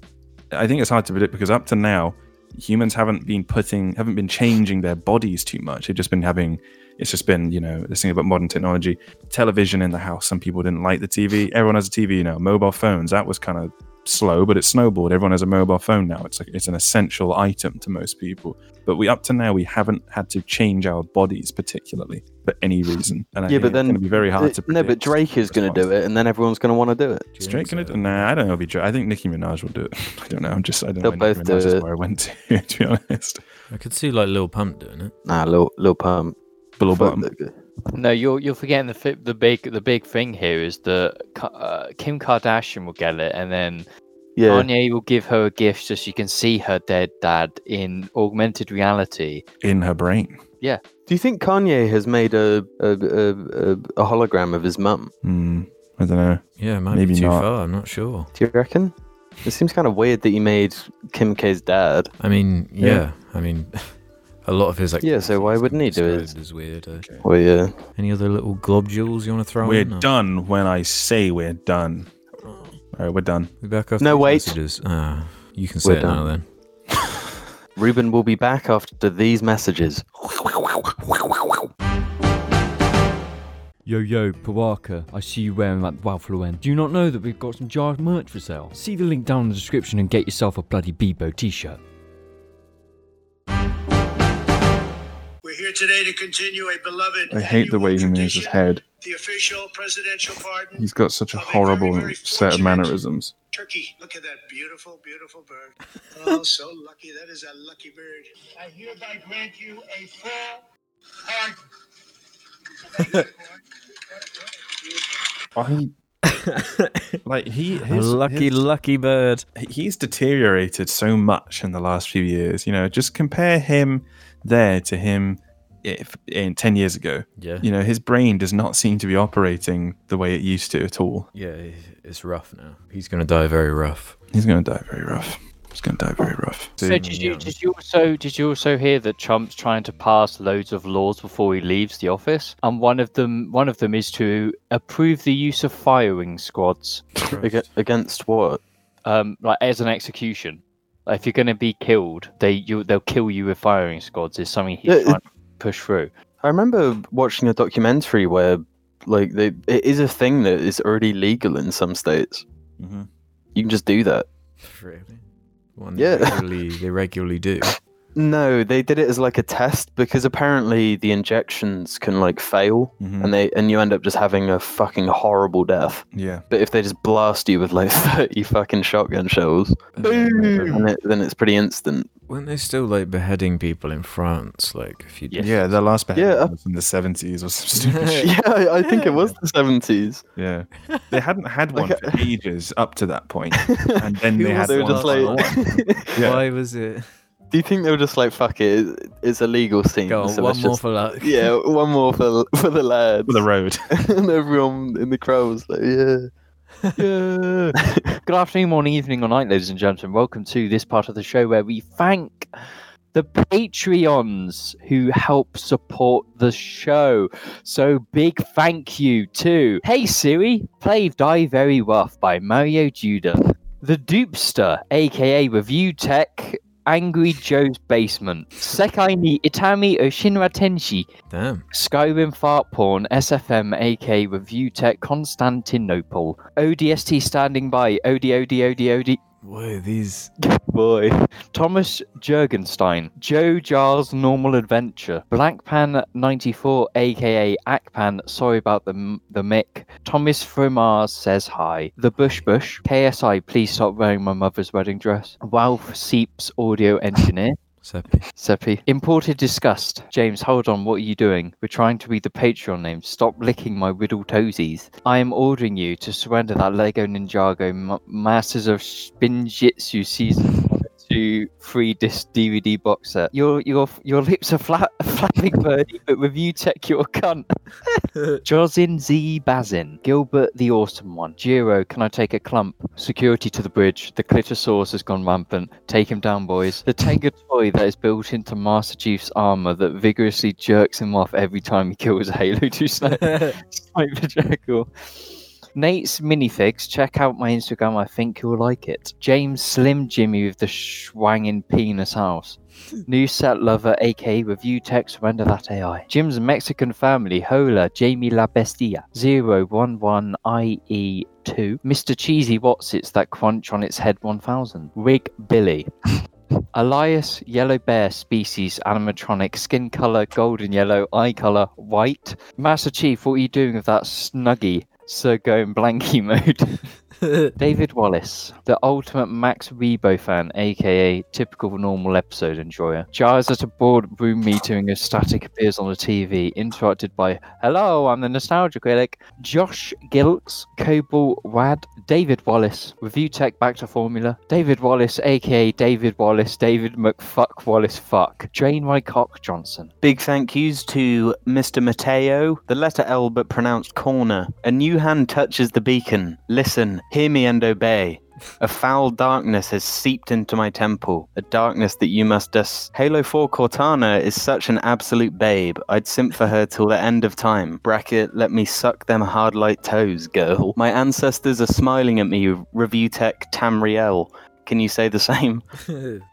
S3: I think it's hard to predict because up to now, humans haven't been putting, haven't been changing their bodies too much. They've just been having, it's just been, you know, this thing about modern technology, television in the house. Some people didn't like the TV. Everyone has a TV now. Mobile phones, that was kind of slow, but it snowballed. Everyone has a mobile phone now. It's like, it's an essential item to most people. But we, up to now, we haven't had to change our bodies particularly for any reason. And I
S2: Yeah,
S3: think
S2: but
S3: it's
S2: then-
S3: going to be very hard
S2: Uh,
S3: to
S2: no,
S3: predict.
S2: but Drake is going to do it, and then everyone's going to want to do it.
S1: Do you
S3: Drake
S1: think
S3: gonna
S1: so?
S3: do? Nah, I don't know. It'll be Drake. I think Nicki Minaj will do it. [laughs] I don't know. I'm just. I don't
S2: They'll
S3: know. where Nicki
S2: both do
S3: Minaj is
S2: it.
S3: Where I went to, [laughs] to be honest.
S1: I could see like Lil Pump doing it.
S2: Nah, little little palm.
S3: Below
S2: Fuck
S3: bottom.
S2: that guy.
S4: No, you're you're forgetting the fi- the big the big thing here is that Ka- uh, Kim Kardashian will get it, and then
S2: Yeah,
S4: Kanye will give her a gift so she can see her dead dad in augmented reality.
S3: in her brain.
S2: do you think Kanye has made a a a, a, a hologram of his mum?
S3: Hmm. I don't know.
S1: Yeah, it might
S3: Maybe
S1: be too
S3: not.
S1: far. I'm not sure.
S2: Do you reckon? It seems kind of weird that he made Kim K's dad.
S1: I mean, yeah.
S3: Yeah.
S1: I mean, [laughs] a lot of his like.
S2: Yeah, so why wouldn't he do it?
S1: Is weird. uh,
S2: Well, yeah.
S1: any other little globules you want to throw
S3: We're
S1: in? or-
S3: done when I say we're done. All right, we're done.
S1: We back off.
S2: No,
S1: these
S2: wait.
S1: Messages. Ah, you can say
S2: We're
S1: it now then.
S2: done. Ruben will be back after these messages.
S5: Yo, yo, Pawaka, I see you wearing that Wildflow end. Do you not know that we've got some jar merch for sale? See the link down in the description and get yourself a bloody Bebo t shirt.
S6: We're here today to continue a beloved.
S3: I hate the way he
S6: annual
S3: moves his
S6: tradition,
S3: head.
S6: The official presidential pardon.
S3: He's got such a
S6: of very,
S3: horrible
S6: very
S3: set of
S6: fortunate
S3: mannerisms.
S6: Turkey. Look at that beautiful, beautiful bird. Oh, so lucky. That is a lucky bird. I hereby grant you a full pardon.
S3: I like he his,
S1: lucky,
S3: his-
S1: lucky bird.
S3: he's deteriorated so much in the last few years. You know, just compare him there to him if in ten years ago.
S1: Yeah.
S3: You know, his brain does not seem to be operating the way it used to at all.
S1: Yeah, i- it's rough now. He's gonna die very rough.
S3: He's gonna die very rough. He's gonna die very rough.
S4: So did you did you also did you also hear that Trump's trying to pass loads of laws before he leaves the office? And one of them one of them is to approve the use of firing squads,
S2: Aga- against what?
S4: um, like as an execution. Like if you're going to be killed, they you they'll kill you with firing squads. Is something he's
S2: Yeah, it-
S4: trying to push through.
S2: I remember watching a documentary where, like, they, it is a thing that is already legal in some states. Mm-hmm.
S3: Mhm.
S2: You can just do that.
S1: Really? One they
S2: Yeah.
S1: regularly they regularly do.
S2: No, they did it as like a test because apparently the injections can like fail,
S3: Mhm.
S2: and they and you end up just having a fucking horrible death.
S3: Yeah.
S2: But if they just blast you with like [laughs] thirty fucking shotgun shells, then, it, then it's pretty instant.
S1: Weren't they still like beheading people in France? Like if you
S4: Yes.
S3: Yeah, the last beheading
S2: Yeah.
S3: was in the seventies or some stupid
S2: [laughs]
S3: shit.
S2: Yeah, I, I think it was the seventies.
S3: Yeah, they hadn't had one
S2: Like,
S3: for ages up to that
S2: [laughs]
S3: point, and then
S1: Who
S3: they
S1: was
S3: had
S2: they were
S3: one.
S2: just
S1: Wow.
S2: like,
S3: Yeah.
S1: Why was it?
S2: [laughs] do you think they were just like, fuck it, it- it's a legal scene.
S1: Go on,
S2: so
S1: one
S2: let's
S1: more
S2: just-
S1: for luck.
S2: yeah, one more for for the lads.
S3: for the road.
S2: [laughs] and everyone in the crowd was like, yeah.
S3: [laughs]
S4: Yeah. Good afternoon, morning, evening, or night, ladies and gentlemen. Welcome to this part of the show where we thank the Patreons who help support the show. So big thank you to Hey Siri, play Die Very Rough by Mario Judah. The Dupster, aka Review Tech, Angry Joe's Basement, Sekai ni Itami Oshinra Tenshi,
S1: Damn.
S4: Skyrim Fart Porn, SFM AK Review Tech Constantinople, ODST standing by, OD, OD, OD, OD,
S1: Whoa, these
S4: [laughs] boy, Thomas Jurgenstein, Joe Jar's Normal Adventure, Blackpan94 aka Akpan, sorry about the, m- the mic, Thomas Fromars Says Hi, The Bush Bush, KSI Please Stop Wearing My Mother's Wedding Dress, Ralph Seeps Audio Engineer,
S1: Seppi.
S4: Seppi. Imported disgust. James, hold on, what are you doing? We're trying to read the Patreon names. Stop licking my riddle toesies. I am ordering you to surrender that Lego Ninjago M- Masters of Spinjitzu season to free disc DVD box set. Your your your lips are flat, [laughs] flapping birdie, but review tech your cunt. Josin Z Bazin, Gilbert the Awesome One, Jiro, can I take a clump? Security to the bridge, the Clitosaurus has gone rampant, take him down boys. The Tenga toy that is built into Master Chief's armour that vigorously jerks him off every time he kills a Halo 2 sniper. sniper jackal. Nate's minifigs, check out my Instagram, I think you'll like it. James Slim Jimmy with the swanging penis house. New set lover, aka review text, render that AI. Jim's Mexican family, Hola, Jamie La Bestia, 011IE2. Mr. E Cheesy What's It's That Crunch on Its Head 1000. Rig Billy. Elias, yellow bear species, animatronic, skin color, golden yellow, eye color, white. Master Chief, what are you doing with that snuggie? So going blanky [laughs] mode. David Wallace, the ultimate Max Rebo fan, aka typical normal episode enjoyer, jars at a boardroom meeting as static appears on the TV, interrupted by "Hello, I'm the nostalgic relic." Josh Gilks, Cobal Wad, David Wallace, review tech back to formula. David Wallace, aka David Wallace, David McFuck Wallace Fuck, Drainway Cock Johnson.
S2: Big thank yous to Mr. Mateo, the letter L but pronounced corner. A new hand touches the beacon. Listen, hear me and obey. A foul darkness has seeped into my temple, a darkness that you must dis. Halo 4 Cortana is such an absolute babe. I'd simp for her till the end of time. Bracket, let me suck them hard light toes, girl. My ancestors are smiling at me, review tech [laughs] Tamriel. Can you say the same?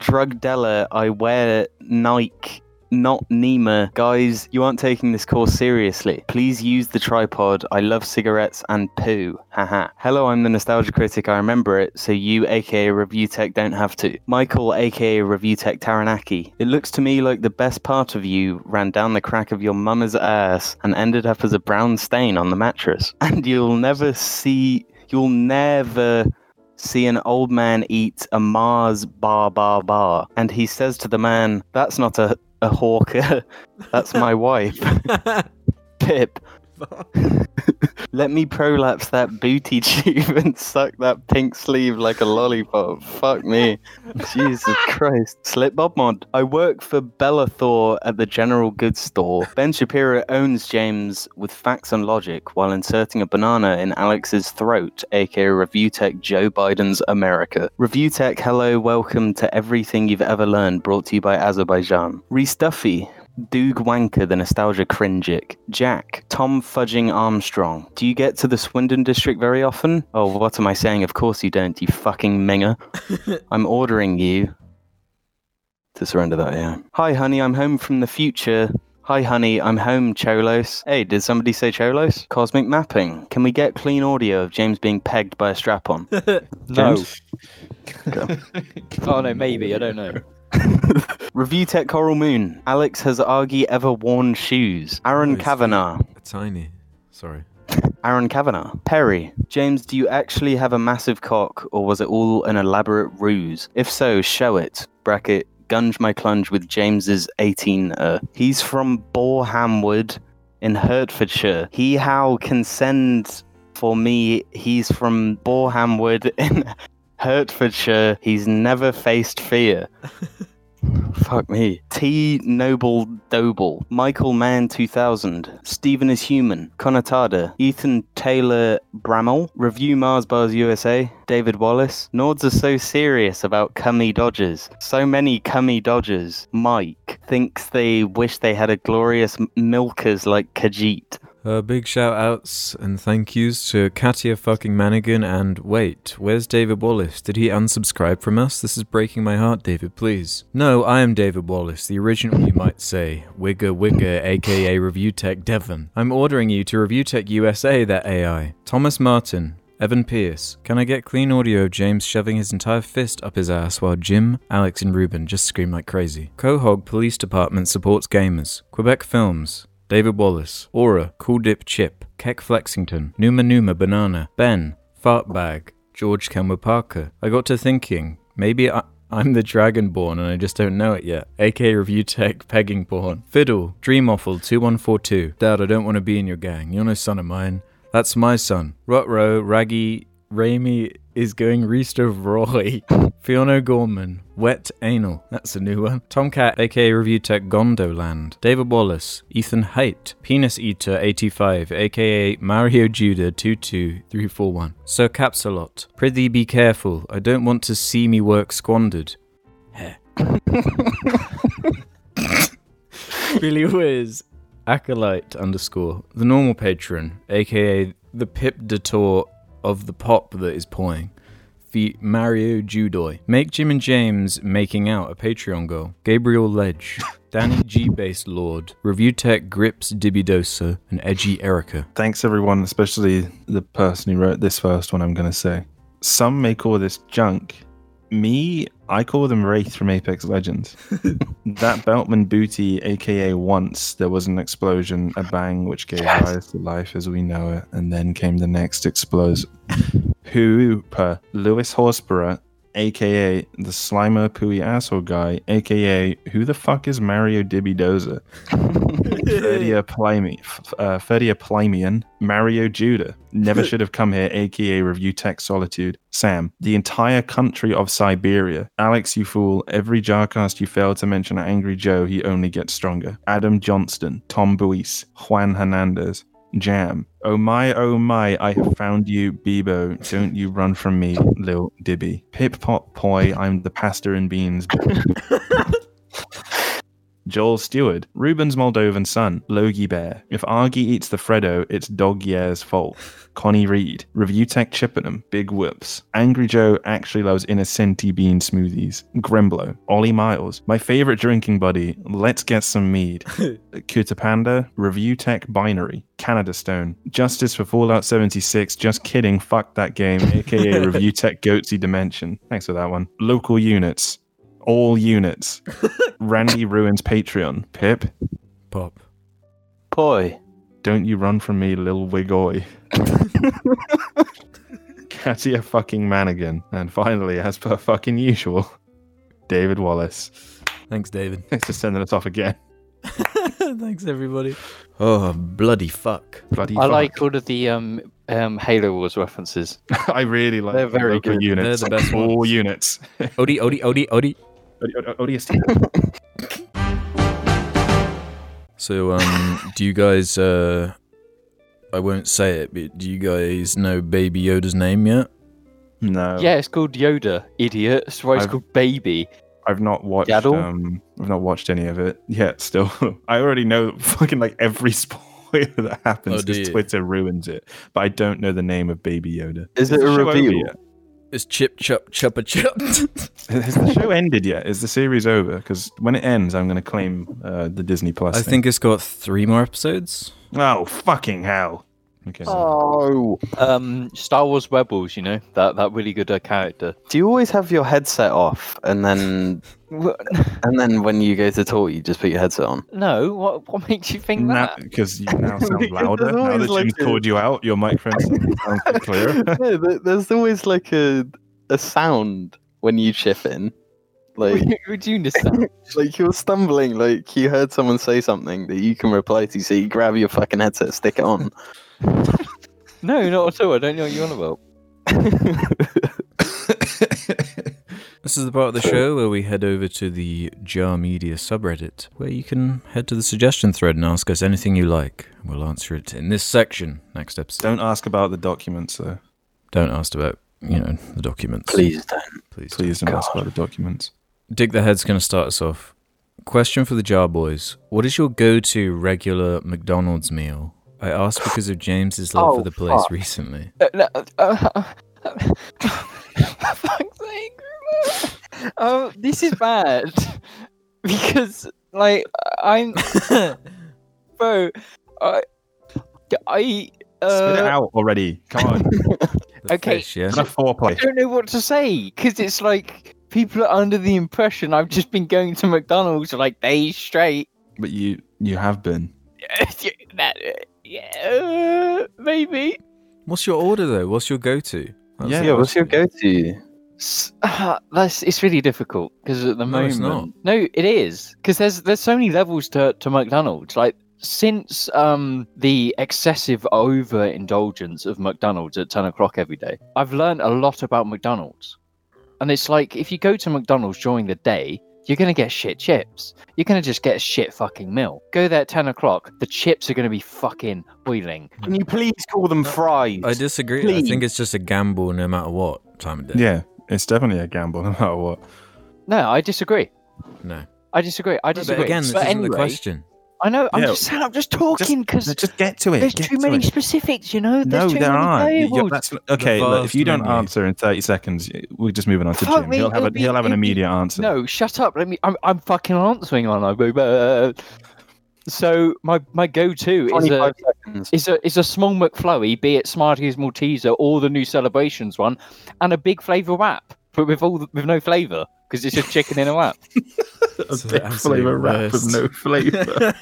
S2: Drug Della, I wear Nike not Nima. Guys, you aren't taking this course seriously. Please use the tripod. I love cigarettes and poo. Haha. Hello, I'm the Nostalgia Critic. I remember it, so you, aka Review Tech, don't have to. Michael, aka Review Tech Taranaki. It looks to me like the best part of you ran down the crack of your mama's ass and ended up as a brown stain on the mattress. [laughs] And you'll never see. You'll never see an old man eat a Mars bar bar bar, and he says to the man, "That's not a a hawker. [laughs] That's my wife, [laughs] Pip." [laughs] Let me prolapse that booty [laughs] tube and suck that pink sleeve like a lollipop. Fuck me. Jesus Christ. Slip Bob Mod. I work for Bellathor at the general goods store. Ben Shapiro owns James with facts and logic while inserting a banana in Alex's throat, aka ReviewTech Joe Biden's America. ReviewTech, hello, welcome to everything you've ever learned, brought to you by Azerbaijan. Restuffy. Doog Wanker, the nostalgia cringic. Jack, Tom Fudging Armstrong. Do you get to the Swindon district very often? Oh, what am I saying? Of course you don't, you fucking minger. I'm ordering you to surrender that, yeah. Hi, honey, I'm home from the future. Hi, honey, I'm home, Cholos. Hey, did somebody say Cholos? Cosmic mapping. Can we get clean audio of James being pegged by a strap on?
S4: No. oh no, maybe I don't know.
S2: Review Tech Coral Moon. Alex has Argy ever worn shoes? Aaron
S1: Nice.
S2: Kavanagh.
S1: A tiny. Sorry.
S2: Aaron Kavanagh. Perry. James, do you actually have a massive cock or was it all an elaborate ruse? If so, show it. Bracket. Gunge my clunge with James's 18 er. He's from Borehamwood in Hertfordshire. He how can send for me. He's from Borehamwood [laughs] in Hertfordshire. He's never faced fear. Fuck me. T. Noble Doble. Michael Mann 2000. Stephen is Human. Conatada. Ethan Taylor Bramall. Review Mars Bars USA. David Wallace. Nords are so serious about cummy dodgers. So many cummy dodgers. Mike thinks they wish they had a glorious m- milkers like Khajiit.
S1: Uh, big shout outs and thank yous to Katia fucking Manigan and wait, where's David Wallace? Did he unsubscribe from us? This is breaking my heart, David, please. No, I am David Wallace, the original, you might say. Wigger Wigger, aka Review Tech Devon. I'm ordering you to Review Tech USA that AI. Thomas Martin. Evan Pierce, can I get clean audio of James shoving his entire fist up his ass while Jim, Alex, and Ruben just scream like crazy? Cohog Police Department supports gamers. Quebec Films. David Wallace, Aura, Cool Dip Chip, Keck Flexington, Numa Numa Banana, Ben, Fartbag, George Kenwood Parker. I got to thinking, maybe I. I'm the Dragonborn and I just don't know it yet. AK Review Tech Pegging Porn. Fiddle, Dreamoffle 2142. Dad, I don't want to be in your gang. You're no son of mine. That's my son. Rutro, Raggy, Raimi is going Reast of Roy. [laughs] Fiona Gorman, Wet Anal. That's a new one. Tomcat, aka Review Tech Gondoland. David Wallace, Ethan Haight, Penis Eater 85, aka Mario Judah 22341. Sir Capsalot, prithee be careful. I don't want to see me work squandered. Heh. [laughs] Billy Wiz, acolyte underscore the normal patron, aka the pip detour of the pop that is pouring. Feet Mario Judoy. Make Jim and James making out a Patreon goal. Gabriel [laughs] Ledge. Danny G Base Lord. Review Tech Grips Dibidosa and Edgy Erica.
S3: Thanks everyone, especially the person who wrote this first one. I'm gonna say some may call this junk. Me, I call them Wraith from Apex Legends. that Beltman booty, aka once there was an explosion, a bang which gave rise to life as we know it, and then came the next explode. [laughs] Hooper, Lewis Horsborough, aka the Slimer Pooey asshole guy, aka who the fuck is Mario Dibby Dozer? Ferdia Plamy, f- uh, Ferdia Plymian, Mario Judah, Never Should Have Come Here, aka Review Tech Solitude, Sam, the entire country of Siberia, Alex, you fool, every jarcast you fail to mention Angry Joe, he only gets stronger, Adam Johnston, Tom Buice, Juan Hernandez, Jam, oh my, oh my, I have found you, Bebo, don't you run from me, Lil Dibby, Pip Pop Poi, I'm the pasta and beans. Joel Stewart, Ruben's Moldovan son, Logie Bear. If Argy eats the Freddo, it's Dog Year's fault. Connie Reed, Review Tech Chippenham, Big Whoops. Angry Joe actually loves Innocenti Bean smoothies. Gremblow, Ollie Miles, my favorite drinking buddy, Let's Get Some Mead. Kutapanda, Review Tech Binary, Canada Stone, Justice for Fallout 76, Just Kidding, Fuck That Game, aka Review Tech Goatsy Dimension. Thanks for that one. Local Units, All Units, Randy Ruins Patreon, Pip,
S1: Pop.
S2: Poi.
S3: Don't You Run From Me, Lil
S4: [laughs]
S3: Wigoy. Katia fucking Manigan. And finally, as per fucking usual, David Wallace.
S1: Thanks, David.
S3: Thanks for sending us off again.
S1: [laughs] Thanks, everybody. Oh, bloody fuck.
S3: Bloody
S4: I
S3: fuck.
S4: like all of the um, um, Halo Wars references.
S3: I really like
S4: They're very
S3: local
S4: good.
S3: units.
S1: They're the best
S3: All
S1: ones.
S3: units.
S1: Odie, Odie, Odie, Odie.
S4: [laughs]
S3: ODST.
S1: So, um, do you guys, uh, I won't say it, but do you guys know Baby Yoda's name yet?
S3: No.
S4: Yeah, it's called Yoda, idiot. That's why it's
S3: I've-
S4: called Baby.
S3: I've not watched.
S4: Yaddle?
S3: Um, I've not watched any of it yet. Still, [laughs] I already know [laughs] fucking like every spoiler that
S1: Oh,
S3: happens
S1: do
S3: because
S1: you?
S3: Twitter ruins it. But I don't know the name of Baby Yoda. Is
S2: Is it
S3: the
S2: a
S3: show over
S2: reveal?
S3: yet?
S1: It's Chip Chup Chuppa Chup.
S3: Has the show ended yet? Is the series over? Because when it ends, I'm going to claim uh, the Disney
S1: [laughs]
S3: Plus.
S1: I
S3: thing.
S1: think it's got three more episodes.
S3: Oh fucking hell! Okay.
S2: Oh.
S4: Um, Star Wars Rebels, you know, that, that really good uh, character.
S2: Do you always have your headset off and then and then when you go to talk you just put your headset on?
S4: No, what, what makes you think that? [laughs]
S3: Because you now sound
S2: Because
S3: louder.
S2: there's
S3: Now
S2: always
S3: that
S2: like
S3: Jim's
S2: a-
S3: called you out, your
S2: [laughs]
S3: microphone sounds clearer.
S2: yeah, there- there's always like a a sound when you chip in. Like
S4: Would you understand?
S2: [laughs] like you're stumbling, like you heard someone say something that you can reply to, so you grab your fucking headset, stick it [laughs] on.
S4: no, not at all. I don't know what you're on about.
S1: This is the part of the show where we head over to the Jar Media subreddit, where you can head to the suggestion thread and ask us anything you like. and We'll answer it in this section next episode.
S3: Don't ask about the documents, though.
S1: Don't ask about, you know, the documents.
S2: Please don't.
S1: Please.
S3: Please don't ask about the documents.
S1: Dick the Head's going to start us off. Question for the Jar Boys What is your go to regular McDonald's meal? I asked because of James's love for
S4: Oh,
S1: the place
S4: fuck.
S1: recently.
S4: Uh, no, uh, uh, uh, for fuck's sake. [laughs] Oh, this is bad. [laughs] Because, like, I'm. bro, I. I. Uh,
S3: Spit it out already. Come on.
S1: The
S4: Okay.
S1: fish, yeah?
S3: It's a foreplay.
S4: I don't know what to say because it's like people are under the impression I've just been going to McDonald's for like days straight. [laughs]
S3: But you you have been.
S4: That- yeah, uh, maybe.
S1: What's your order, though? What's your go to?
S3: Yeah,
S2: Yeah, what's your go-to?
S4: S- ah, that's it's really difficult because at the
S1: No,
S4: moment,
S1: it's
S4: no, it is because there's there's so many levels to to McDonald's. Like since um the excessive overindulgence of McDonald's at ten o'clock every day, I've learned a lot about McDonald's, and it's like if you go to McDonald's during the day. You're gonna get shit chips. You're gonna just get a shit fucking meal. Go there at ten o'clock. The chips are gonna be fucking boiling.
S2: Can you please call them fries?
S1: I disagree. I think it's just a gamble no matter what time of day.
S3: Yeah, it's definitely a gamble no matter what.
S4: No, I disagree.
S1: No.
S4: I disagree. I
S1: But
S4: disagree.
S1: again, this isn't
S4: anyway,
S1: the question.
S4: I know. I'm
S3: Yeah.
S4: just I'm just talking because
S3: Just get to it.
S4: There's
S3: get
S4: too
S3: to
S4: many
S3: it.
S4: specifics, you know. There's
S3: no,
S4: too
S3: there
S4: many
S3: aren't. You-
S4: variables.
S3: that's- okay,
S1: The
S3: look, if you
S1: vast
S3: don't
S1: memory.
S3: answer in 30 seconds, y- we're just moving on to
S4: Fuck
S3: Jim.
S4: me,
S3: he'll have,
S4: it'll
S3: a,
S4: be-
S3: he'll have an
S4: it'll be-
S3: immediate answer.
S4: No, shut up. Let me. I'm, I'm fucking answering on. I so my my go-to is a
S2: Twenty-five seconds.
S4: is a is a small McFlurry, be it Smarties Malteser or the new Celebrations one, and a big flavour wrap, but with all the, with no flavour because it's just chicken in [laughs] a
S3: [laughs]
S4: wrap. [laughs]
S1: It's the
S3: big
S1: absolute
S3: flavor wrap with
S1: worst.
S3: no flavor.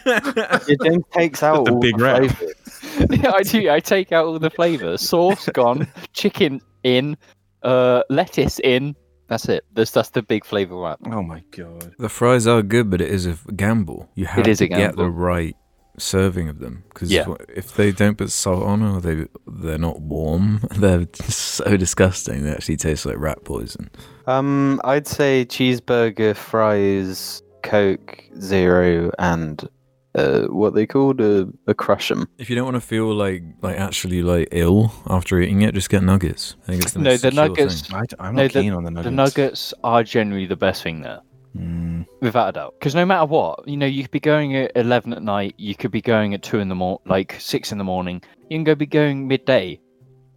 S2: It then takes out
S3: the
S2: all
S3: big
S2: the
S3: wrap.
S2: flavour.
S4: I do. I take out all the flavour. Sauce
S3: [laughs]
S4: gone, chicken in, uh, lettuce in. That's it. That's that's the big flavour wrap.
S3: [laughs] oh my god.
S1: [laughs] The fries are good, but it is a f- gamble. You have
S4: is
S1: to
S4: a
S1: get the
S4: gamble.
S1: right serving of them because
S4: Yeah.
S1: if they don't put salt on or they they're not warm, [laughs] they're so disgusting. They actually taste like rat poison.
S2: Um, I'd say cheeseburger, fries, Coke, zero, and uh, what they called a, a crush'em.
S1: If you don't want to feel like like actually like ill after eating it, just get nuggets. I think it's the
S4: No,
S1: most
S4: the
S1: secure
S4: nuggets-
S1: thing.
S3: I, am
S4: No,
S3: not
S4: the-
S3: keen on the nuggets.
S4: The nuggets are generally the best thing there.
S3: Mm.
S4: without a doubt. Because no matter what, you know, you could be going at eleven at night, you could be going at two in the morning, like six in the morning. You can go be going midday.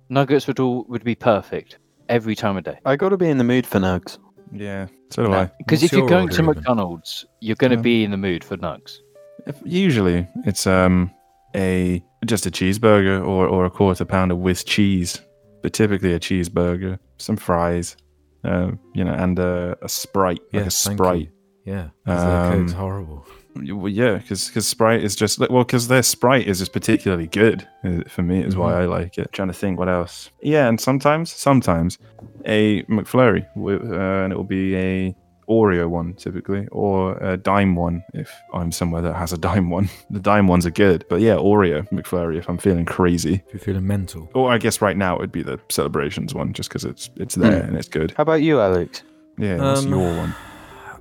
S4: Nuggets would all would be perfect every time of day.
S2: I got to be in the mood for nugs.
S3: Yeah, so do I.
S4: Because
S1: What's
S4: if you're
S1: your
S4: going to
S1: order, Ruben?
S4: McDonald's, you're going to
S3: Yeah.
S4: be in the mood for nugs.
S3: If- usually, it's um a just a cheeseburger or or a quarter pounder with cheese, but typically a cheeseburger, some fries, uh, you know, and a, a sprite, like a
S1: Yes, thank you.
S3: sprite.
S1: Yeah, 'cause their
S3: Um,
S1: code's horrible.
S3: Well, yeah, because Sprite is just well, because their Sprite is just particularly good uh, for me. Is
S2: Mm-hmm.
S3: why I like it. Trying to think what else. Yeah, and sometimes, sometimes a McFlurry, wi- uh, and it will be a Oreo one typically, or a dime one if I'm somewhere that has a dime one. [laughs] The dime ones are good, but yeah, Oreo McFlurry if I'm feeling crazy.
S1: If you're feeling mental,
S3: Or I guess right now it would be the celebrations one, just because it's it's there and it's good.
S2: Mm. How about you, Alex?
S3: Yeah, that's
S1: Um,
S3: your one.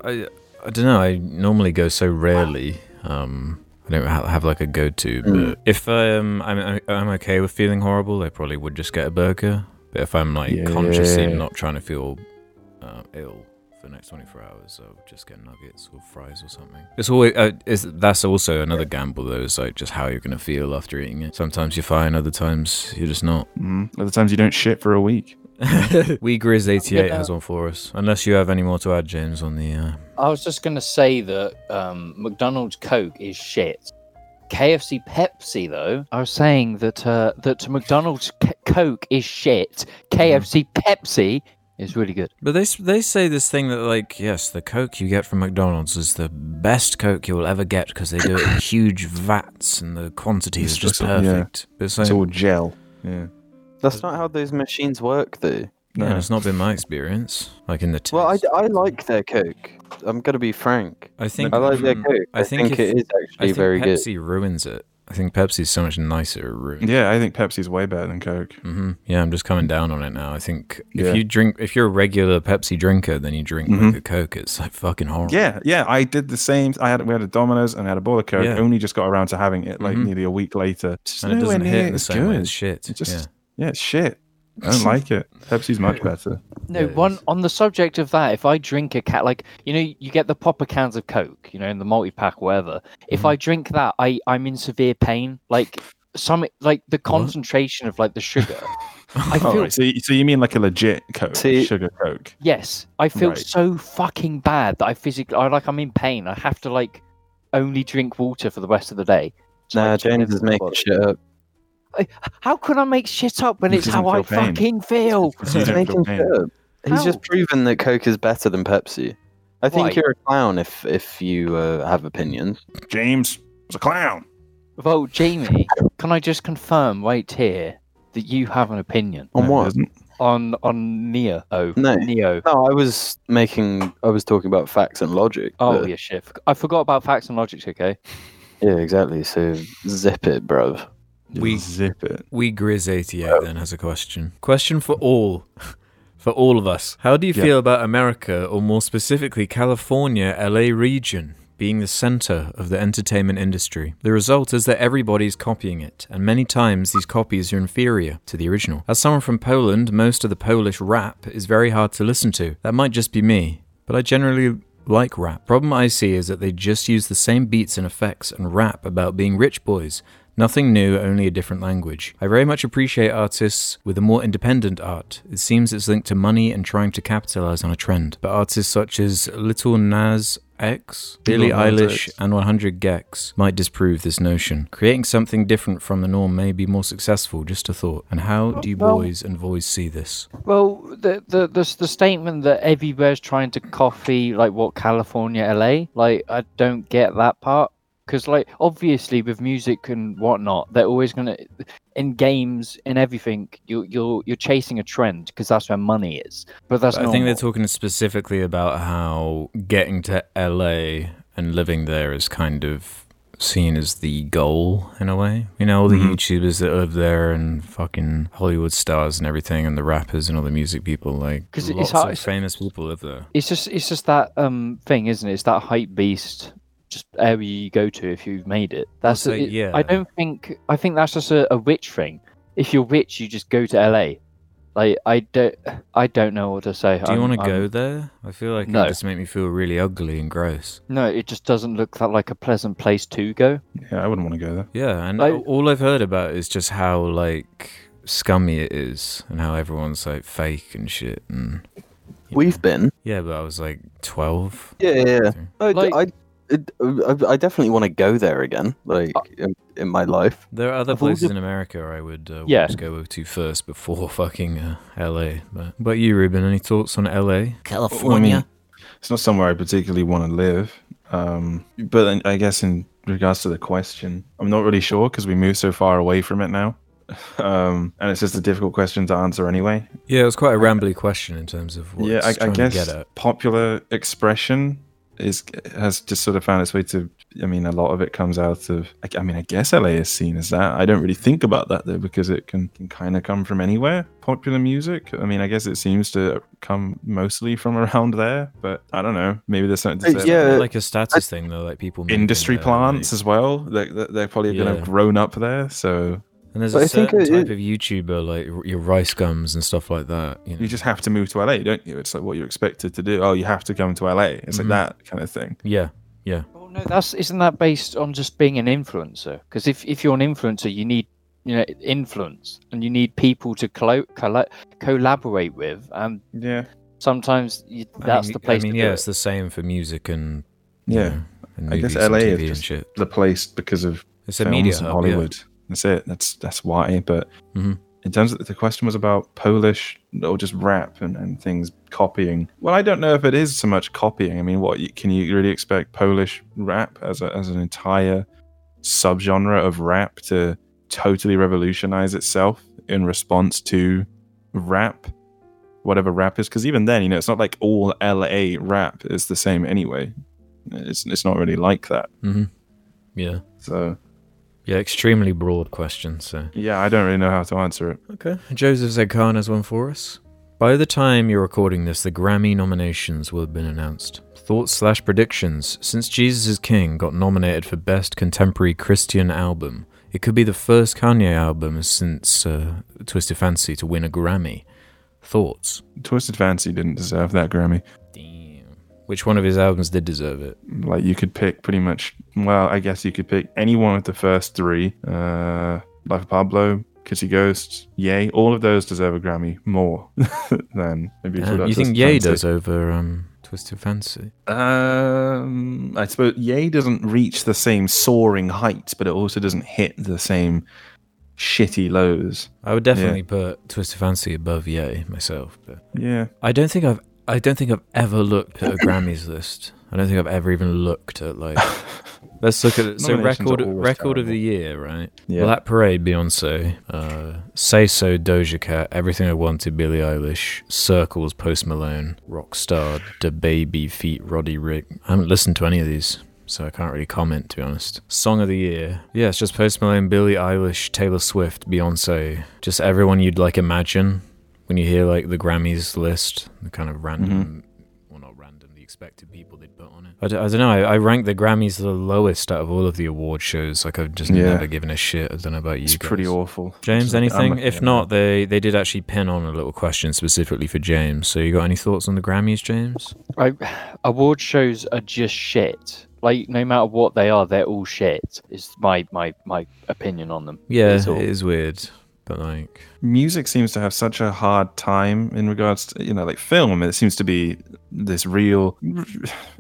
S1: I I don't know. I normally go so rarely. Um, I don't ha- have like a go-to. But if um, I'm I'm okay with feeling horrible, I probably would just get a burger. But if I'm like consciously
S3: Yeah.
S1: not trying to feel uh, ill for the next 24 hours, I'll just get nuggets or fries or something. It's always uh, is that's also another gamble though. Is like just how you're gonna feel after eating it. Sometimes you're fine, other times you're just not.
S3: Mm. Other times you don't shit for a week.
S2: [laughs]
S1: We Grizz88 has one for us. Unless you have any more to add, James, on the. Uh,
S4: I was just going to say that um, McDonald's Coke is shit. KFC Pepsi, though, I was saying that uh, that McDonald's c- Coke is shit.
S1: Mm-hmm.
S4: KFC Pepsi is really good.
S1: But they they say this thing that like yes, the Coke you get from McDonald's is the best Coke you will ever get because they do it [coughs] in huge vats and the quantities
S3: It's
S1: are just
S3: just- yeah.
S1: perfect. But it's, like,
S3: It's all gel. Yeah.
S2: That's not how those machines work, though.
S1: yeah, it's not been my experience. Like in the taste.
S2: Well, I, I like their Coke. I'm going to be frank.
S1: I think
S2: I like their
S1: um,
S2: Coke. I, think,
S1: if-
S2: it is
S1: I
S2: actually
S1: think
S2: very good.
S1: Pepsi ruins it. I think Pepsi's so much nicer. Ruined.
S3: Yeah, I think Pepsi's way better than Coke.
S1: hmm Yeah, I'm just coming down on it now. I think
S3: Yeah.
S1: if you drink, if you're a regular Pepsi drinker, then you drink
S2: Mm-hmm.
S3: Mhm.
S1: like a Coke. It's like fucking horrible.
S3: Yeah, yeah, I did the same. I had we had a Domino's and I had a bowl of Coke.
S1: Yeah.
S3: Only just got around to having it like
S1: Mhm.
S3: nearly a week later. Just
S1: and it
S3: nowhere
S1: doesn't
S3: near
S1: hit in the
S3: as
S1: same way.
S3: good.
S1: It's shit.
S3: It just
S1: yeah.
S3: yeah. it's shit. I don't like it. Pepsi's much better.
S1: Yeah,
S4: No,
S1: it
S4: one
S1: is.
S4: on the subject of that, if I drink a cat, like you know, you get the popper cans of Coke, you know, in the multi pack, whatever. If I drink that, I I'm in severe pain. Like some, like the concentration of like the sugar.
S3: [laughs]
S4: I feel
S3: All right, Oh, so you, so you mean like a legit Coke,
S2: See-
S3: sugar Coke?
S4: Yes, I feel
S3: Right.
S4: so fucking bad that I physically, I like, I'm in pain. I have to like only drink water for the rest of the day. It's
S2: Nah,
S4: like
S2: James
S4: sugar for
S2: is
S4: the
S2: making
S4: body.
S2: shit up.
S4: How can I make shit up when
S3: He
S4: it's
S3: doesn't
S4: how I
S3: feel pain.
S4: fucking feel?
S3: Because you
S2: He's
S3: don't feel
S2: making
S3: pain.
S2: shit up. He's
S4: How?
S2: just proven that Coke is better than Pepsi. I think
S4: Why?
S2: you're a clown if if you uh, have opinions.
S3: James was a clown.
S4: Well, Jamie, can I just confirm right here that you have an opinion
S2: On
S3: No, he
S2: what?
S3: doesn't.
S4: on on Neo? Oh,
S2: No.
S4: Neo.
S2: No, I was making. I was talking about facts and logic.
S4: Oh
S2: but-
S4: yeah, shit. I forgot about facts and logics. Okay.
S2: yeah, exactly. So zip it, bruv.
S1: We-
S3: zip it.
S1: We Grizz88 then has a question. Question for all. [laughs] For all of us. How do you
S3: Yeah.
S1: feel about America, or more specifically California, LA region, being the center of the entertainment industry? The result is that everybody's copying it, and many times these copies are inferior to the original. As someone from Poland, most of the Polish rap is very hard to listen to. That might just be me, but I generally like rap. Problem I see is that they just use the same beats and effects and rap about being rich boys. Nothing new, only a different language. I very much appreciate artists with a more independent art. It seems it's linked to money and trying to capitalize on a trend. But artists such as Little Nas X, Billie
S3: Lil Nas
S1: Eilish,
S3: X.
S1: and 100 Gex might disprove this notion. Creating something different from the norm may be more successful, just a thought. And how do you boys and boys see this?
S4: Well, the the the, the statement that everywhere's trying to copy like what California, LA. Like I don't get that part because like obviously with music and whatnot, they're always gonna in games in everything. You're you're you're chasing a trend because that's where money is. But that's
S1: I think they're
S4: normal.
S1: talking specifically about how getting to LA and living there is kind of seen as the goal in a way. You know, all the
S4: Mm-hmm.
S1: YouTubers that live there and fucking Hollywood stars and everything, and the rappers and all the music people. Like,
S4: 'Cause it's
S1: lots
S4: hard-
S1: of famous people live there.
S4: It's just it's just that um thing, isn't it? It's that hype beast just area you go to if you've made it. That's
S1: so,
S4: it-
S1: yeah.
S4: I don't think I think that's just a, a rich thing. If you're rich, you just go to LA. Like I don't, I don't know what to say.
S1: Do you
S4: I'm-
S1: want to
S4: I'm-
S1: go there? I feel like
S4: No.
S1: it just make me feel really ugly and gross.
S4: No, it just doesn't look that like a pleasant place to go.
S3: Yeah, I wouldn't want to go there.
S1: Yeah, and
S4: Like-
S1: all I've heard about is just how like scummy it is, and how everyone's like fake and shit. And
S2: We've been.
S1: yeah, but I was like twelve.
S2: Yeah, yeah. yeah. I,
S4: Like-
S2: I, it- I, I definitely want to go there again, like in, in my life.
S1: There are other
S4: Of all
S1: places
S4: the-
S1: in America I would uh,
S4: Yeah.
S1: want to go to first before [laughs] fucking uh, LA. But, but you, Ruben, any thoughts on LA?
S3: California. it's not somewhere I particularly want to live. Um, but then I guess in regards to the question, I'm not really sure because we moved so far away from it now. [laughs] Um, and it's just a difficult question to answer anyway.
S1: Yeah, it was quite a rambly question in terms of what
S3: yeah,
S1: it's
S3: I, I
S1: trying
S3: guess
S1: to get at.
S3: popular expression is has just sort of found its way to. I mean, a lot of it comes out of. I, I mean, I guess LA is seen as that. I don't really think about that though because it can, can kind of come from anywhere. Popular music. I mean, I guess it seems to come mostly from [laughs] around there, but I don't know. Maybe there's something to
S2: Uh,
S3: say.
S2: yeah,
S3: about
S1: Like a status thing, though, like people moving
S3: industry
S1: there, like-
S3: plants as well. They're, they're they're probably going to
S1: Yeah.
S3: have grown up there. So
S1: and there's
S2: But
S1: a
S2: I think
S1: certain
S2: it-
S1: type of YouTuber, like r- your rice gums and stuff like that. You know?
S3: you just have to move to LA, don't you? It's like what you're expected to do. Oh, you have to come to LA. It's
S1: Mhm.
S3: like that kind of thing.
S1: yeah,
S4: Well, Oh, no, that's isn't that based on just being an influencer? Because if, if you're an influencer, you need you know influence and you need people to collo- collo- collaborate with, and
S3: Yeah.
S4: sometimes you,
S1: I
S4: that's
S1: mean,
S4: the
S1: I
S4: place.
S1: mean,
S4: to
S1: yeah,
S4: do
S1: it's
S4: it.
S1: the same for music and you
S3: Yeah.
S1: know, and
S3: I guess
S1: movies and
S3: LA is
S1: TV and
S3: just
S1: shit.
S3: The place because of
S1: It's a
S3: films
S1: media hub,
S3: and
S1: yeah.
S3: Hollywood. That's it. That's that's why. But
S1: Mhm.
S3: in terms of the question was about Polish or just rap and, and things copying. Well, I don't know if it is so much copying. I mean, what you- can you really expect Polish rap as a, as an entire subgenre of rap to totally revolutionize itself in response to rap? Whatever rap is, because even then, you know, it's not like all LA rap is the same anyway. It's it's not really like that.
S1: Yeah,
S3: So
S1: yeah, extremely broad question. So
S3: Yeah, I don't really know how to answer it.
S1: Okay. Joseph Zekan has one for us. By the time you're recording this, the Grammy nominations will have been announced. Thoughts slash predictions. Since Jesus is King got nominated for Best Contemporary Christian Album, it could be the first Kanye album since uh, Twisted Fantasy to win a Grammy. Thoughts?
S3: Twisted Fancy didn't deserve that Grammy.
S1: Damn. Which one of his albums did deserve it?
S3: Like you could pick pretty much. Well, I guess you could pick any one of the first three: uh, Life of Pablo, Kitty Ghosts, Yay. All of those deserve a Grammy more [laughs] than maybe.
S1: Damn,
S3: without
S1: Uh, you think
S3: Twisted
S1: Ye
S3: Fancy.
S1: does over um, Twisted Fantasy?
S3: Um, I suppose Yay doesn't reach the same soaring heights, but it also doesn't hit the same shitty lows.
S1: I would definitely put Twisted Fantasy above Ye myself, but
S3: Yeah,
S1: I don't think I've I don't think I've ever looked at a
S3: [laughs]
S1: Grammys list. I don't think I've ever even looked at like let's look at it. So
S3: Nominations
S1: record
S3: are always
S1: record of
S3: terrible.
S1: the year, right?
S3: Yeah.
S1: Black Parade, Beyonce, uh, Say So, Doja Cat, Everything I Wanted, Billie Eilish, Circles, Post Malone, Rockstar, Da Baby, Feet, Roddy Rick. I haven't listened to any of these. So I can't really comment, to be honest. Song of the year, yeah, it's just Post Malone, Billie Eilish, Taylor Swift, Beyonce, just everyone you'd like imagine when you hear like the Grammys list, the kind of
S3: Mm-hmm.
S1: random, well, not random, the expected people they'd put on it. I d- I don't know. I, I rank the Grammys the lowest out of all of the award shows. Like I've just
S3: Yeah.
S1: never given a shit. I don't know about you.
S3: it's
S1: guys.
S3: pretty awful.
S1: James,
S3: Just like, I'm
S1: anything?
S3: a
S1: If
S3: fan.
S1: not, they they did actually pin on a little question specifically for James. So you got any thoughts on the Grammys, James?
S4: I, [sighs] award shows are just shit. Like no matter what they are, they're all shit. Is my my my opinion on them.
S1: Yeah,
S4: It's all-
S1: it is weird, but like,
S3: music seems to have such a hard time in regards to you know like film it seems to be this real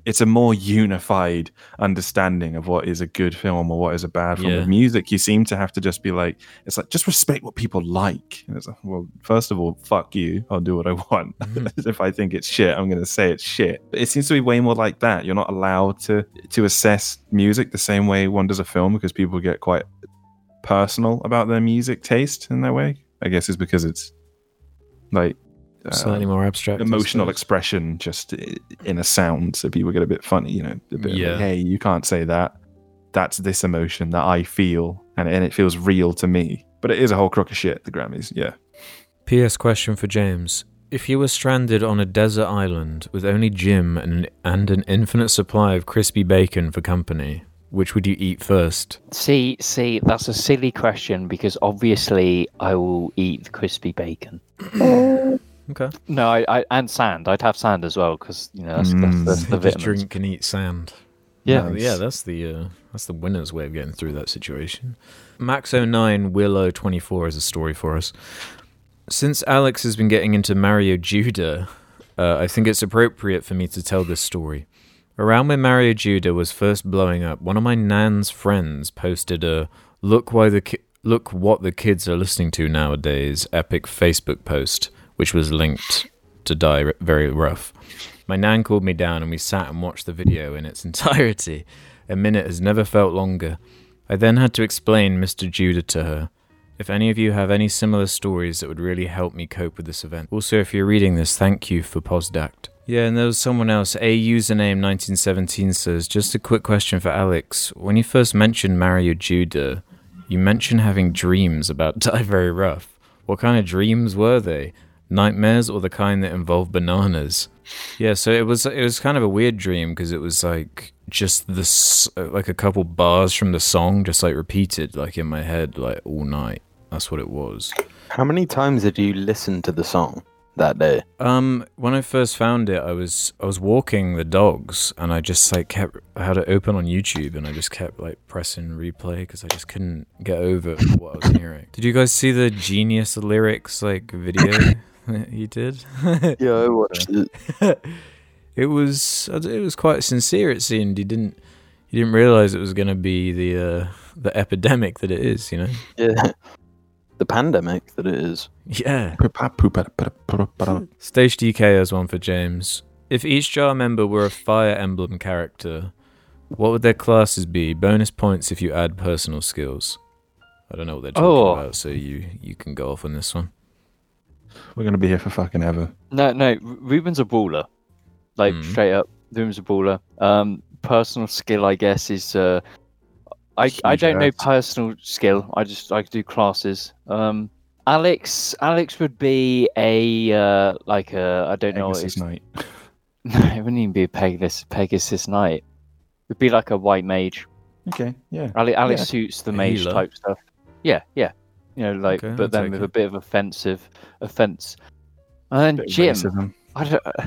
S3: it's a more unified understanding of what is a good film or what is a bad film
S1: Yeah.
S3: with music you seem to have to just be like it's like just respect what people like and it's like well first of all fuck you i'll do what i want [laughs] if i think it's shit i'm gonna say it's shit but it seems to be way more like that you're not allowed to to assess music the same way one does a film because people get quite personal about their music taste in that way. I guess is because it's like uh,
S1: slightly more abstract, I
S3: emotional
S1: suppose.
S3: expression just i- in a sound, so people get a bit funny, you know, a bit yeah.
S1: Yeah.
S3: hey, you can't say that. That's this emotion that I feel, and and it feels real to me. But it is a whole crock of shit. The Grammys, yeah.
S1: P.S. question for James. If you were stranded on a desert island with only Jim and, and an infinite supply of crispy bacon for company, which would you eat first?
S4: See, see, that's a silly question because obviously I will eat the crispy bacon.
S1: Okay.
S4: No, I, I and sand. I'd have sand as well because you know that's, that's,
S3: Mm.
S4: that's
S2: [laughs]
S4: the
S1: Just
S4: vitamins.
S1: drink and eat sand.
S4: Yeah.
S1: Uh, yeah, that's the uh, that's the winner's way of getting through that situation. Max09 Willow24 is a story for us. Since Alex has been getting into Mario Judah, uh, I think it's appropriate for me to tell this story. Around when Mario Judah was first blowing up, one of my nan's friends posted a "Look why the ki- look what the kids are listening to nowadays" epic Facebook post, which was linked to Die R- Very Rough. My nan called me down and we sat and watched the video in its [laughs] entirety. A minute has never felt longer. I then had to explain Mr. Judah to her. If any of you have any similar stories that would really help me cope with this event. Also, if you're reading this, thank you for Posdact. Yeah, and there was someone else. A username 1917 says, just a quick question for Alex. When you first mentioned Mario Judah, you mentioned having dreams about [laughs] Die Very Rough. What kind of dreams were they? Nightmares or the kind that involve bananas? Yeah, so it was it was kind of a weird dream because it was like just this like a couple bars from the song just like repeated like in my head like all night. That's what it was.
S2: How many times did you listen to the song that day?
S1: Um, when I first found it, I was I was walking the dogs, and I just like kept I had it open on YouTube, and I just kept like pressing replay because I just couldn't get over what I was hearing. Did you guys see the genius lyrics like video [laughs] that he did?
S2: Yeah, I watched it.
S1: it was I d- it was quite sincere. It seemed he didn't he didn't realize it was going to be the uh, the epidemic that it is. You know?
S2: Yeah. The [laughs] pandemic that it is.
S1: Yeah.
S3: Poop-a-poop-a-poop-a-poop-a-poop.
S1: Stage DK as one for James. If each jar member were a Fire Emblem character, what would their classes be? Bonus points if you add personal skills. I don't know what they're talking
S4: Oh.
S1: about, so you you can go off on this one.
S3: We're gonna be here for fucking ever.
S4: No, no. Ru- Ruben's a brawler, like
S1: Mm.
S4: straight up. Ruben's a brawler. Um, personal skill, I guess, is uh, I I
S3: Huge
S4: don't know
S3: act.
S4: personal skill. I just I do classes. Um, Alex Alex would be a uh, like a I don't know. What
S3: Pegasus
S4: [laughs] it's-
S3: night.
S4: no, it wouldn't even be a Pegasus Pegasus Knight. It'd be like a white mage.
S3: Okay, yeah.
S4: Ali- Alex
S3: Yeah.
S4: suits the
S1: A
S4: mage
S1: healer.
S4: type stuff. Yeah, yeah. You know, like,
S1: Okay, I'll
S4: but then
S1: take
S4: with
S1: it.
S4: a bit of offensive offense. And
S3: Bit of
S4: Jim,
S3: racism.
S4: I don't. uh,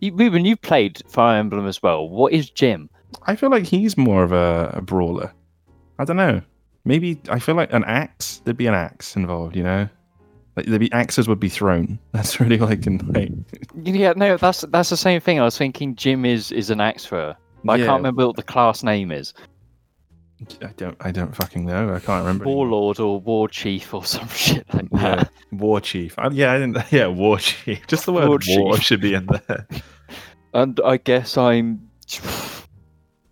S4: You, Ruben, you played Fire Emblem as well. What is Jim?
S3: I feel like he's more of a, a brawler. I don't know. Maybe I feel like an axe. There'd be an axe involved, you know. Like there'd be axes would be thrown. [laughs] That's really like in like.
S4: Yeah, no, that's that's the same thing. I was thinking Jim is is an axe thrower. But I
S3: Yeah.
S4: can't remember what the class name is.
S3: I don't. I don't fucking know. I can't remember. anymore.
S4: Warlord or War Chief or [laughs] some shit like that.
S3: Yeah, war chief. I, yeah, I didn't. [laughs] Yeah, war chief. Just the
S4: War
S3: word war,
S4: chief.
S3: [laughs] should be in there.
S4: And I guess I'm.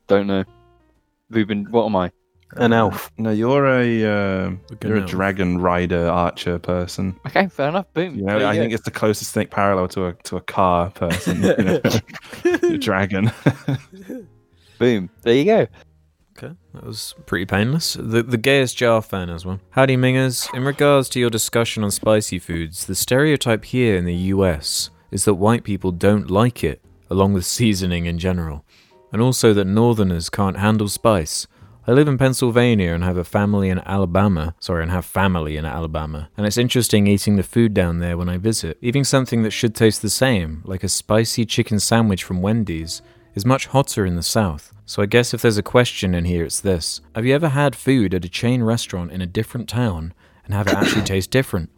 S4: Don't know. Ruben, what am I?
S2: An elf.
S3: No, you're a um
S1: Like an
S3: you're a
S1: elf.
S3: dragon rider archer person.
S4: Okay, fair enough. Boom.
S3: You
S4: There
S3: know, I
S4: you go.
S3: think it's the closest thing parallel to a to a car person. you know?
S4: [laughs]
S3: [laughs] You're a dragon.
S4: Boom. There you go.
S1: Okay, that was pretty painless. The the gayest jar fan as well. Howdy Mingers, in regards to your discussion on spicy foods, the stereotype here in the US is that white people don't like it, along with seasoning in general, and also that northerners can't handle spice. I live in Pennsylvania and have a family in Alabama. Sorry, and have family in Alabama. And it's interesting eating the food down there when I visit. Eating something that should taste the same, like a spicy chicken sandwich from Wendy's, is much hotter in the south. So I guess if there's a question in here, it's this Have you ever had food at a chain restaurant in a different town and have it actually taste different?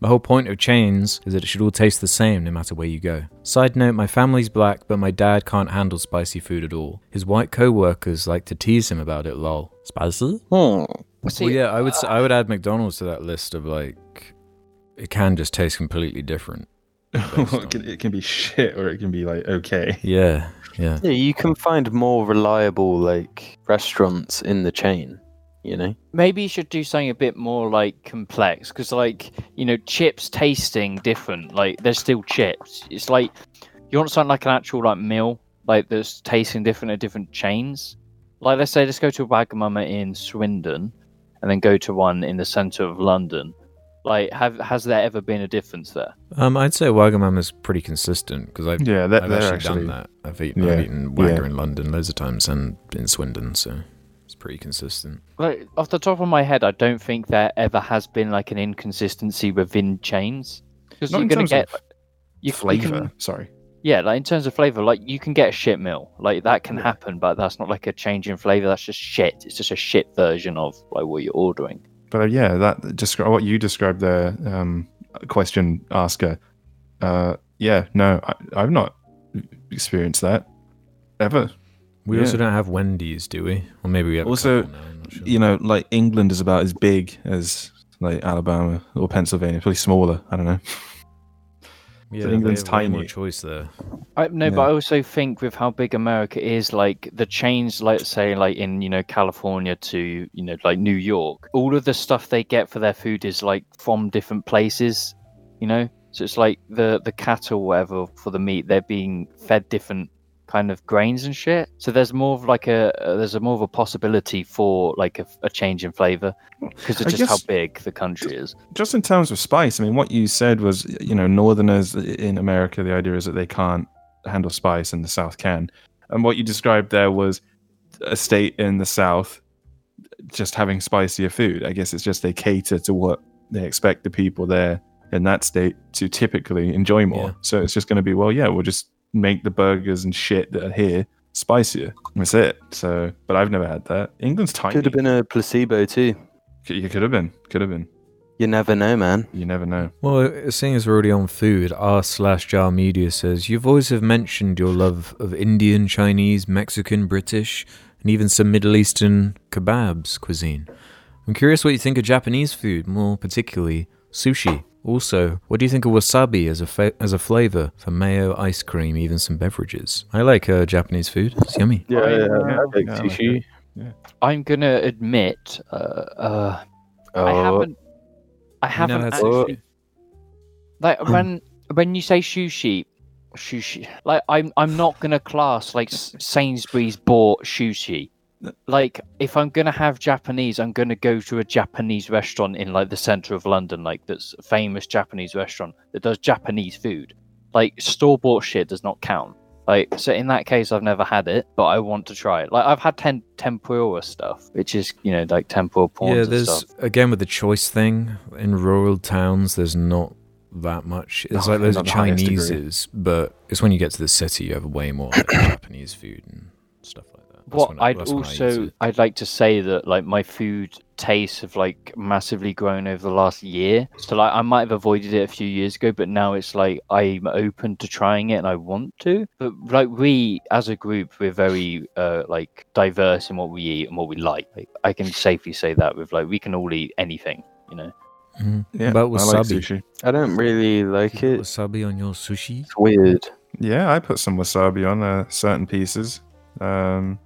S1: The whole point of chains is that it should all taste the same no matter where you go. Side note, my family's black, but my dad can't handle spicy food at all. His white co-workers like to tease him about it, lol. Spicy?
S2: Hmm.
S4: See,
S1: well, yeah, I would s I would add McDonald's to that list of like it can just taste completely
S3: [laughs]
S1: different.
S3: it, can, it can be shit, or it can be like okay.
S1: Yeah, yeah.
S2: Yeah, you can find more reliable like restaurants in the chain, you know?
S4: maybe you should do something a bit more like complex because like you know chips tasting different like they're still chips it's like you want something like an actual like meal like that's tasting different at different chains like let's say let's go to a wagamama in swindon and then go to one in the center of london like have has there ever been a difference there
S1: Um, I'd say Wagamama's pretty consistent because I've
S3: Yeah, that,
S1: I've
S3: they're
S1: actually,
S3: actually,
S1: done that. I've eaten, I've
S3: Yeah,
S1: eaten Wagga
S3: yeah.
S1: in London loads of times and in Swindon, so it's pretty consistent.
S4: like off the top of my head i don't think there ever has been like an inconsistency within chains because
S3: Not
S4: you're
S3: in
S4: gonna
S3: terms
S4: get
S3: of
S4: you, you
S3: flavor.
S4: can-
S3: Sorry.
S4: yeah, like in terms of flavor, like you can get a shit meal, like that can happen, but that's not like a change in flavor. That's just shit. It's just a shit version of like what you're ordering.
S3: But uh, yeah, that descri- what you described there, um, question asker. Uh, yeah, no, I, I've not experienced that ever.
S1: We also
S3: Yeah.
S1: don't have Wendy's, do we? Or maybe we have a
S3: Also,
S1: couple now, I'm not sure.
S3: You know, like England is about as big as like Alabama or Pennsylvania, probably smaller. I don't know.
S1: yeah,
S3: so
S1: they
S3: England's
S1: have way More
S3: tiny.
S1: choice there.
S4: I, no,
S3: Yeah.
S4: but I also think with how big America is, like the chains, like say, like in you know California to you know like New York, all of the stuff they get for their food is like from different places, you know. So it's like the the cattle, whatever, for the meat, they're being fed different kind of grains and shit. So there's more of like a uh, there's a more of a possibility for like a, a change in flavor because
S3: I
S4: of just how
S3: guess-
S4: big the country is.
S3: just in terms of spice, I mean, what you said was, you know, Northerners in America, the idea is that they can't handle spice and the South can. And what you described there was a state in the South just having spicier food. I guess it's just they cater to what they expect the people there in that state to typically enjoy more.
S1: Yeah.
S3: So it's just going to be, well, yeah, we'll just make the burgers and shit that are here spicier. That's it. So, but I've never had that. England's tiny.
S2: Could have been a placebo too.
S3: You could have been. Could have been.
S2: You never know, man.
S3: You never know.
S1: Well, uh, seeing as we're already on food, r slash jar media says your voice have mentioned your love of Indian, Chinese, Mexican, British, and even some Middle Eastern kebabs cuisine. I'm curious what you think of Japanese food, more particularly sushi. Also, what do you think of wasabi as a fa- as a flavor for mayo, ice cream, even some beverages? I like uh, Japanese food. It's yummy.
S2: Yeah,
S4: yeah,
S3: like yeah, I like sushi. it.
S4: I'm gonna admit, uh, uh, I haven't, I
S1: Have you
S4: haven't
S1: never had
S4: actually-
S1: sushi?
S4: like
S1: Hmm.
S4: when when you say sushi sushi like i'm i'm not gonna class like S- sainsbury's bought sushi like if i'm gonna have japanese i'm gonna go to a japanese restaurant in like the center of london like that's a famous japanese restaurant that does japanese food like store bought shit does not count like so in that case i've never had it but i want to try it like i've had ten- tempura stuff which is you know like tempura prawns
S1: Yeah,
S4: and
S1: there's
S4: stuff
S1: again with the choice thing in rural towns. There's not that much. It's
S3: No,
S1: like loads of
S3: not the highest degree.
S1: Chinese's, but it's when you get to the city, you have way more [coughs] like, Japanese food and stuff like that. That's
S4: What
S1: when I-
S4: I'd
S1: that's when I use
S4: also
S1: it.
S4: I'd like to say that like my food tastes have like massively grown over the last year. So like I might have avoided it a few years ago, but now it's like I'm open to trying it and I want to. But like we as a group, we're very uh like diverse in what we eat and what we like. like I can safely say that with like we can all eat anything, you know.
S1: Mhm.
S3: Yeah,
S1: About
S3: I like
S1: wasabi?
S3: sushi.
S2: I don't really like it.
S1: wasabi on your sushi.
S2: It's weird.
S3: Yeah, I put some wasabi on uh, certain pieces. Um,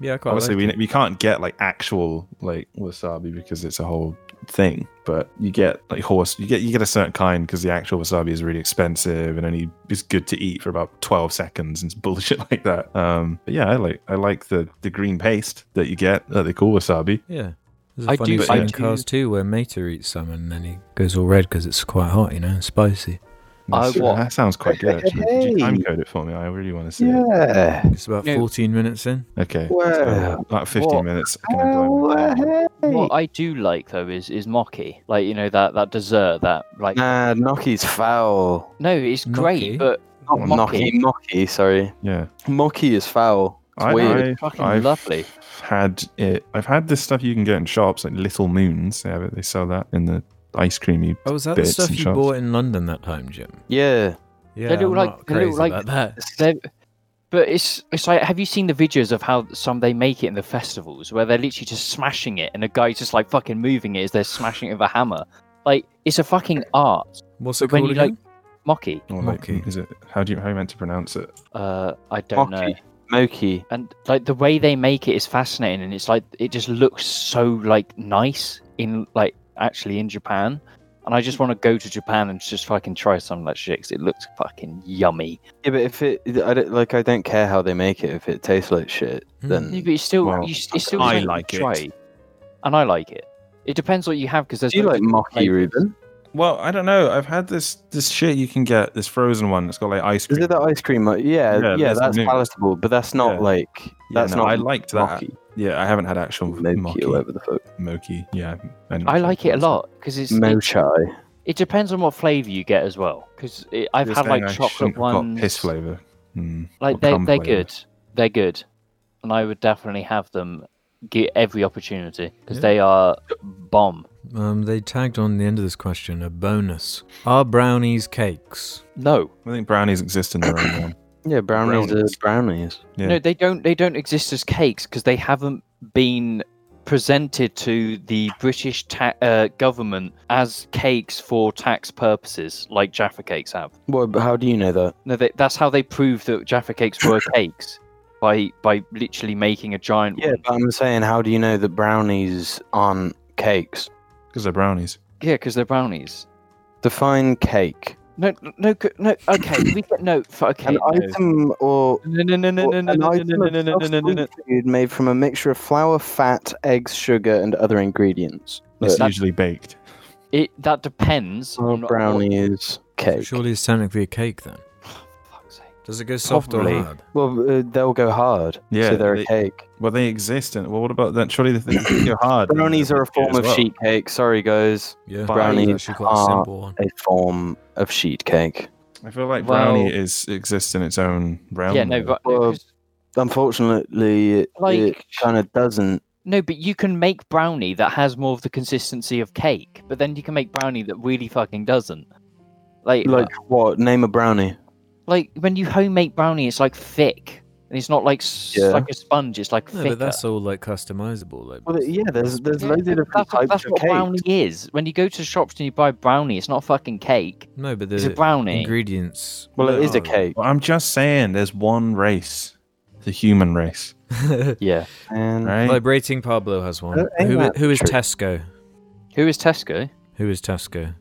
S1: Yeah, I quite
S3: obviously,
S1: like
S3: we, we can't get like actual like wasabi because it's a whole thing. But you get like horse, you get you get a certain kind because the actual wasabi is really expensive and only is good to eat for about twelve seconds and [laughs] bullshit like that. Um, but yeah, I like I like the the green paste that you get that they call wasabi.
S1: it. Yeah. There's a
S4: I
S1: funny
S4: do-
S1: scene
S4: I
S1: in
S4: do-
S1: Cars too where Mater eats some and then he goes all red because it's quite hot, you know, and spicy.
S4: I
S3: That's-
S4: want-
S3: that sounds quite good. Actually. Could you
S2: Hey.
S3: time code it for me? I really want to see it.
S2: Yeah.
S1: It's about
S4: No.
S1: 14 minutes in.
S3: Okay,
S2: Wow.
S3: so, like fifteen
S4: What?
S3: minutes. I'm gonna blow my mind.
S4: What I do like though is is mochi. Like, you know, that that dessert that like
S2: Nah, Noki's foul.
S4: no, it's
S1: Gnocchi?
S4: great, but
S2: Not
S3: Oh,
S2: Noki, Noki, sorry.
S3: Yeah.
S2: Moki is foul. It's weird.
S4: It's fucking lovely.
S3: Had it. I've had this stuff you can get in shops like Little Moons. They have it. They sell that in the ice creamy.
S1: Oh, was that
S3: bits
S1: the stuff
S3: and
S1: you
S3: shops.
S1: bought in London that time, Jim?
S2: Yeah.
S1: Yeah,
S4: look
S1: I'm
S4: like-
S1: not
S4: they look
S1: crazy
S4: like-
S1: about that.
S4: They're- but it's it's like have you seen the videos of how some they make it in the festivals where they're literally just smashing it and a guy's just like fucking moving it as they're smashing it with a hammer. Like it's a fucking art.
S1: What's it
S4: But when
S1: called
S4: you
S1: again?
S4: like mocky,
S3: Or like,
S1: Okay.
S3: is it? How do you? How are you meant to pronounce it?
S4: uh, I don't
S2: Mocky.
S4: know.
S2: Moki.
S4: And like the way they make it is fascinating, and it's like it just looks so like nice in like actually in Japan. And I just want to go to Japan and just fucking try some of that shit 'cause it looks fucking yummy.
S2: Yeah, but if it, I don't, like, I don't care how they make it. If it tastes like shit,
S1: Hmm.
S4: Yeah,
S2: then
S4: but it's still,
S3: Well,
S4: you, s- it's still
S3: I
S4: something to
S3: like it.
S4: try. and I like it. It depends what you have because there's.
S2: do you
S4: no
S2: like
S4: different
S2: Moki,
S4: flavours.
S2: Ruben?
S3: Well, I don't know. I've had this this shit you can get this frozen one. It's got like ice
S2: Is
S3: cream.
S2: it the ice cream? mo- Yeah,
S3: Yeah,
S2: yeah,
S3: that's
S2: that's
S3: new.
S2: palatable, but that's not
S3: Yeah.
S2: like
S3: Yeah,
S2: that's
S3: no,
S2: not.
S3: I liked that.
S2: Moki,
S3: yeah, I haven't had actual
S2: Moki,
S3: mochi.
S2: or whatever the fuck.
S3: Mochi. Yeah. I'm not
S4: I
S3: sure.
S4: like it a lot because it's. it's-
S2: Mochai.
S4: It depends on what flavour you get as well, because I've
S3: You're
S4: had like
S3: saying I shouldn't
S4: chocolate
S3: have got
S4: ones.
S3: Piss flavor. Hmm.
S4: Like
S3: or
S4: they
S3: cum
S4: they're
S3: flavour.
S4: good, they're good, and I would definitely have them get every opportunity because they are bomb.
S1: Um, they tagged on the end of this question a bonus. Are brownies cakes?
S4: No,
S3: I think brownies exist in their own one.
S2: Yeah, brownies,
S3: Brownies.
S2: are brownies.
S3: Yeah.
S4: no, they don't. They don't exist as cakes because they haven't been presented to the British ta- uh, government as cakes for tax purposes, like Jaffa cakes have.
S2: Well, but how do you know that?
S4: No, they, that's how they proved that Jaffa cakes
S2: [coughs]
S4: were cakes by by literally making a giant
S2: Yeah,
S4: one.
S2: but I'm saying, how do you know that brownies aren't cakes?
S3: Because they're brownies.
S4: Yeah, because they're brownies.
S2: Define cake.
S4: No, no, no, no. Okay, we get no. f- Okay.
S2: An item or
S4: No, no, no, no,
S2: or
S4: no, no,
S2: an
S4: no,
S2: item
S4: no,
S2: of
S4: no, no, no, no, no, no.
S2: soft food made from a mixture of flour, fat, eggs, sugar, and other ingredients.
S3: It's
S2: Look,
S3: usually baked.
S4: It that depends.
S2: that's
S4: on oh,
S2: a
S4: what-
S2: Oh, brownie is cake.
S1: Surely it's technically a cake then.
S4: Fuck's sake.
S1: Does it go soft
S4: Probably.
S1: or hard?
S2: Well, uh, they'll go hard.
S3: Yeah,
S2: so they're
S3: they-
S2: a cake.
S3: Well, they exist. And well, what about that? Surely the thing you're hard. then
S2: Brownies
S3: they're
S2: are a
S3: good
S2: form
S3: as
S2: of
S3: well.
S2: sheet cake. Sorry, guys.
S1: Yeah,
S2: Brownies
S1: it's actually quite a
S2: are-
S1: simple one.
S2: A form of sheet cake.
S3: I feel like brownie
S4: Well-
S3: is exists in its own realm.
S4: Yeah, no,
S3: though.
S4: but no,
S2: Well,
S4: 'cause-
S2: Unfortunately, it,
S4: Like-
S2: it kind of doesn't.
S4: no, but you can make brownie that has more of the consistency of cake, but then you can make brownie that really fucking doesn't. Like, uh,
S2: Like what? Name a brownie.
S4: like when you homemade brownie, it's like thick, and it's not like s
S2: Yeah.
S4: like a sponge. It's like
S1: No,
S4: thicker.
S1: but that's all like customizable. Like,
S2: Well, yeah, there's there's
S4: Yeah,
S2: loads of
S4: but
S2: different
S4: that's,
S2: types
S4: what, that's
S2: of
S4: what
S2: cake.
S4: brownie is. When you go to shops and you buy brownie, it's not a fucking cake.
S1: no, but the
S4: It's a brownie.
S1: ingredients.
S2: Well, it is a
S1: No.
S2: cake.
S3: Well, I'm just saying, there's one race, the human race,
S4: Yeah.
S2: And
S1: [laughs]
S3: right?
S1: Vibrating Pablo has one.
S2: Uh, ain't
S1: Who, i-
S2: that
S1: who is
S2: true?
S1: Tesco?
S4: Who is Tesco?
S1: Who is Tesco?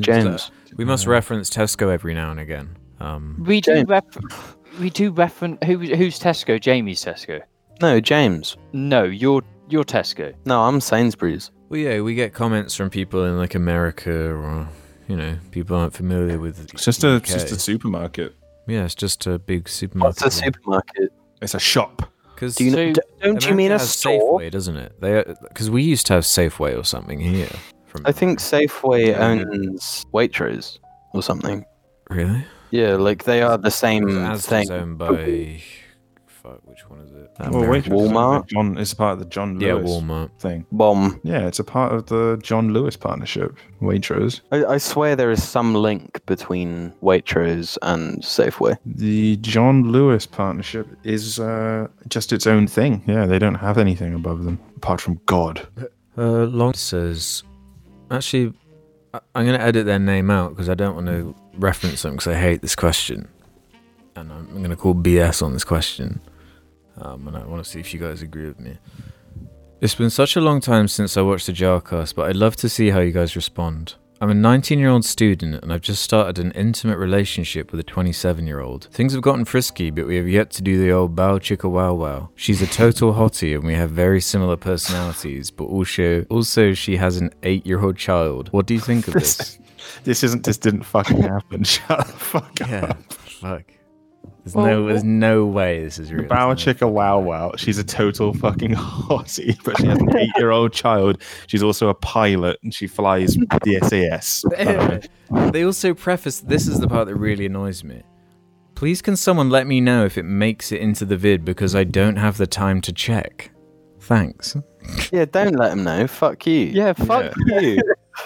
S2: James.
S1: We must
S3: Uh,
S2: Uh-huh.
S1: reference Tesco every now and again. Um,
S4: We do
S2: James.
S4: ref- we do reference who who's Tesco? Jamie's Tesco.
S2: No, James.
S4: No, you're you're Tesco.
S2: No, I'm Sainsbury's.
S1: well, yeah, we get comments from people in like America or you know people aren't familiar with.
S3: It's just
S1: UK.
S3: a it's just a supermarket.
S1: yeah, it's just a big supermarket.
S2: What's a supermarket?
S3: It's a shop.
S1: Because
S2: Do you
S4: So-
S2: know, d- don't you mean a store?
S1: Safeway, doesn't it? They because we used to have Safeway or something here. From
S2: I think Safeway
S3: Yeah.
S2: owns Waitrose or something.
S1: really
S2: Yeah, like they are the same
S1: as
S2: thing.
S1: owned by fuck, which one is it?
S3: Well, Waitrose is a
S2: Walmart?
S3: John, it's a part of the John
S1: yeah,
S3: Lewis
S1: Walmart.
S3: thing.
S2: Bomb.
S3: Yeah, it's a part of the John Lewis partnership. Waitrose.
S2: I, I swear there is some link between Waitrose and Safeway.
S3: The John Lewis partnership is uh, just its own thing. Yeah, they don't have anything above them apart from God.
S1: Uh, Long says, actually, I- I'm going to edit their name out because I don't want to reference them because I hate this question, and I'm going to call BS on this question, um, and I want to see if you guys agree with me. It's been such a long time since I watched the Jarcast, but I'd love to see how you guys respond. I'm a 19 year old student and I've just started an intimate relationship with a 27 year old. Things have gotten frisky, but we have yet to do the old bow chicka wow wow. She's a total hottie and we have very similar personalities, but also, also she has an 8 year old child. What do you think of this?
S3: This, this isn't. This didn't fucking happen. [laughs] Shut the fuck up.
S1: yeah, [laughs] fuck. There's no, there's no way this is real.
S3: Bow chicka wow wow. She's a total fucking [laughs] hottie, but she has an eight year old child. She's also a pilot and she flies the SAS. Uh,
S1: they also preface this is the part that really annoys me. Please can someone let me know if it makes it into the vid because I don't have the time to check. Thanks.
S2: Yeah, don't let them know. Fuck you.
S4: Yeah, fuck you.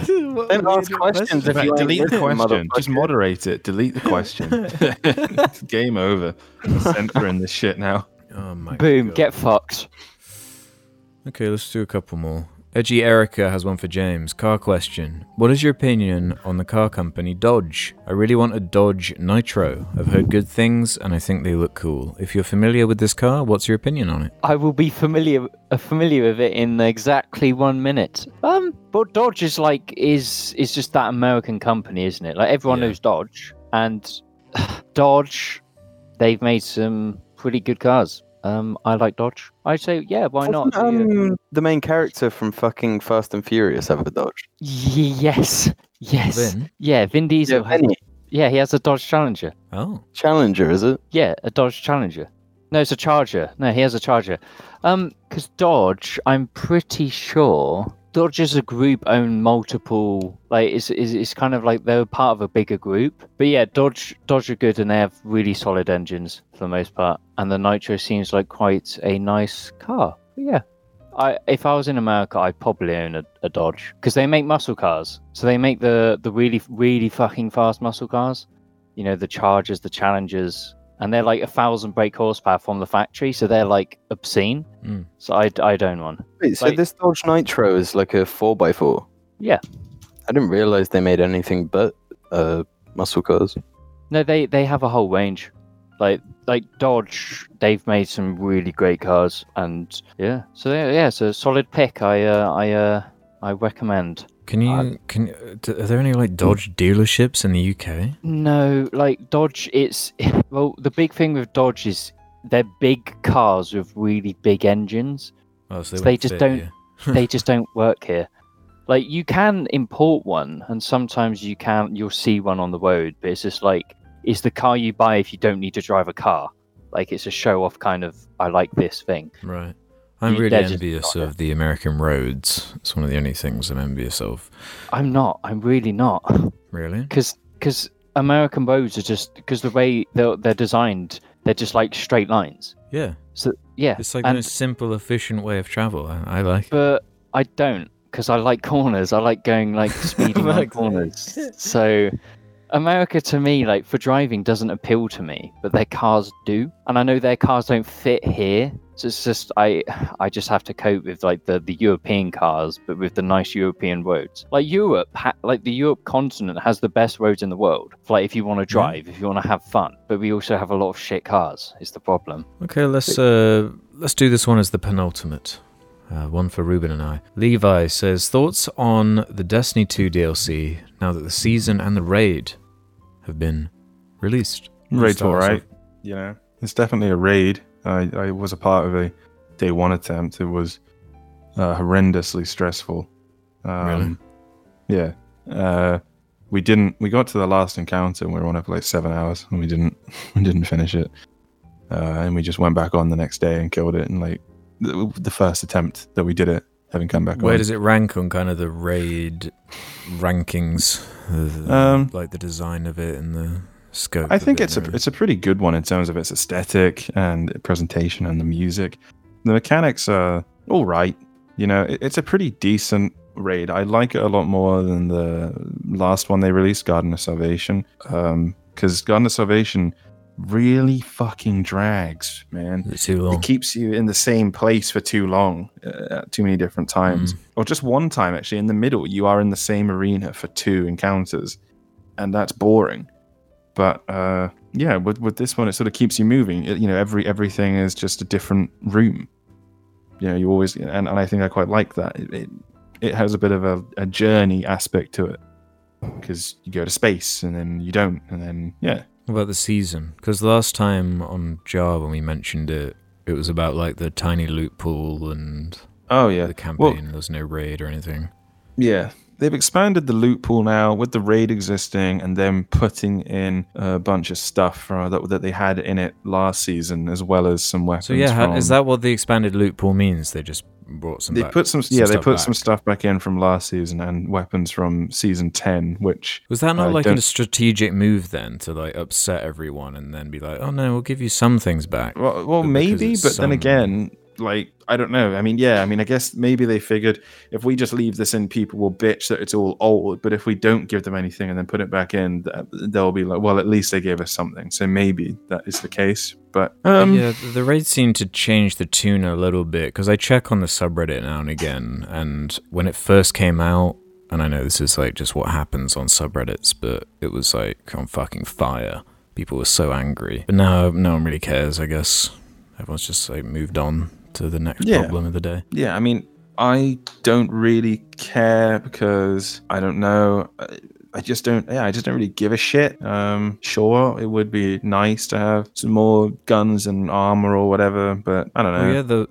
S2: Don't ask questions if
S3: but
S2: you ain't
S3: delete the
S2: listening,
S3: question.
S2: motherfucker.
S3: Just moderate it. Delete the
S2: [laughs]
S3: question. Game over. I'm censoring this shit now.
S1: Oh my
S4: Boom,
S1: God.
S4: get fucked.
S1: Okay, let's do a couple more. Edgy Erica has one for James. Car question. What is your opinion on the car company Dodge? I really want a Dodge Nitro. I've heard good things and I think they look cool. If you're familiar with this car, what's your opinion on it?
S4: I will be familiar uh, familiar with it in exactly one minute. Um, but Dodge is like is is just that American company, isn't it? Like everyone
S1: Yeah.
S4: knows Dodge, and [sighs] Dodge, they've made some pretty good cars. Um, I like Dodge. I say, yeah, why not?
S2: Doesn't, Um, the main character from fucking Fast and Furious have a Dodge.
S4: Ye- yes, yes,
S1: Vin?
S4: yeah. Vin Diesel, has-
S2: Vinny.
S4: yeah, he has a Dodge Challenger.
S1: Oh.
S2: Challenger, is it?
S4: Yeah, a Dodge Challenger. No, it's a Charger. No, he has a Charger. Um, because Dodge, I'm pretty sure not just a group own multiple like it's, it's it's kind of like they're part of a bigger group but yeah dodge dodge are good and they have really solid engines for the most part and the nitro seems like quite a nice car but yeah I, if I was in America, I'd probably own a, a Dodge because they make muscle cars. So they make the the really really fucking fast muscle cars. You know the Chargers, the Challengers, and they're like a thousand brake horsepower from the factory, so they're like obscene.
S1: Mm.
S4: So I'd I'd own one.
S2: Wait, so
S4: Like-
S2: this Dodge Nitro is like a 4x4?
S4: Yeah.
S2: I didn't realize they made anything but uh, muscle cars.
S4: No, they they have a whole range. Like like Dodge, they've made some really great cars, and yeah, so yeah, yeah so solid pick. I uh, I uh, I recommend.
S1: Can you? can uh, d- are there any like Dodge dealerships in the UK?
S4: No, like Dodge, it's [laughs] well the big thing with Dodge is they're big cars with really big engines.
S1: Oh, so they,
S4: So they
S1: won't
S4: just
S1: fit
S4: don't-
S1: here.
S4: they just don't work here. Like you can import one, and sometimes you can you'll see one on the road, but it's just like it's the car you buy if you don't need to drive a car. Like it's a show off kind of I like this thing.
S1: Right. I'm
S4: You-
S1: really
S4: they're just
S1: envious
S4: not
S1: of the American roads. It's one of the only things I'm envious of.
S4: I'm not. I'm really not. [laughs]
S1: Really?
S4: Because because American roads are just because the way they're they're designed, they're just like straight lines.
S1: Yeah.
S4: So yeah,
S1: It's like the
S4: and-
S1: most simple, efficient way of travel. I, I like it.
S4: but I don't because I like corners. I like going [laughs] like speeding on
S1: Exactly.
S4: corners. So America to me, like for driving, doesn't appeal to me, but their cars do, and I know their cars don't fit here. So it's just I, I just have to cope with like the, the European cars, but with the nice European roads. Like Europe, ha- like the Europe continent has the best roads in the world. Like if you want to drive, if you want to have fun, but we also have a lot of shit cars. Is the problem?
S1: Okay, let's uh, let's do this one as the penultimate. Uh, one for Ruben and I. Levi says thoughts on the Destiny 2 DLC now that the season and the raid have been released.
S3: Raid's
S1: Start
S3: all
S1: us off.
S3: right. You know, it's definitely a raid. I, I was a part of a day one attempt. It was uh, horrendously stressful. Um, really? Yeah. Uh, we didn't. We got to the last encounter and we were on it for like seven hours, and we didn't. [laughs] We didn't finish it. Uh, and we just went back on the next day and killed it. And like the, the first attempt that we did it, having come back.
S1: Where
S3: on.
S1: does it rank on kind of the raid rankings? Uh,
S3: Um,
S1: like the design of it and the scope.
S3: I
S1: of
S3: think
S1: it
S3: it's a
S1: and
S3: it's a pretty good one in terms of its aesthetic and presentation and the music. The mechanics are all right. You know, it, it's a pretty decent raid. I like it a lot more than the last one they released, Garden of Salvation, because Garden of Salvation really fucking drags, man.
S1: Is it too long.
S3: It keeps you in the same place for too long, uh, at too many different times, or just one time actually. In the middle, you are in the same arena for two encounters, and that's boring. But uh, yeah, with with this one, it sort of keeps you moving. It- you know, every everything is just a different room. You know, you always and, and I think I quite like that. It it, it has a bit of a, a journey aspect to it because you go to space and then you don't, and then yeah,
S1: What about the season? Because last time on Jar when we mentioned it, it was about like the tiny loot pool and
S3: oh yeah,
S1: the campaign.
S3: Well-
S1: there was no raid or anything.
S3: Yeah. They've expanded the loot pool now with the raid existing and then putting in a bunch of stuff from, that, that they had in it last season, as well as some weapons.
S1: So yeah, ha- is
S3: from-
S1: that what the expanded loot pool means? They just brought some.
S3: They
S1: back-
S3: put some, yeah, they
S1: stuff
S3: put
S1: back.
S3: some stuff back in from last season and weapons from season ten, which
S1: Was that not
S3: I
S1: like
S3: don't-
S1: a strategic move then to like upset everyone and then be like, oh no, we'll give you some things back?
S3: Well, well
S1: But because
S3: maybe,
S1: it's
S3: but
S1: some-
S3: then again, like I don't know. I mean, yeah, I mean, I guess maybe they figured if we just leave this in, people will bitch that it's all old. But if we don't give them anything and then put it back in, th- they'll be like, well, at least they gave us something. So maybe that is the case. But um,
S1: yeah, th- the raid seemed to change the tune a little bit because I check on the subreddit now and again. And when it first came out, and I know this is like just what happens on subreddits, but it was like on fucking fire. People were so angry. But now no one really cares, I guess. Everyone's just like moved on to the next
S3: Yeah.
S1: problem of the day.
S3: yeah, I mean, I don't really care because I don't know. I- I just don't. Yeah, I just don't really give a shit. Um, sure, it would be nice to have some more guns and armor or whatever, but I don't know.
S1: Oh yeah, the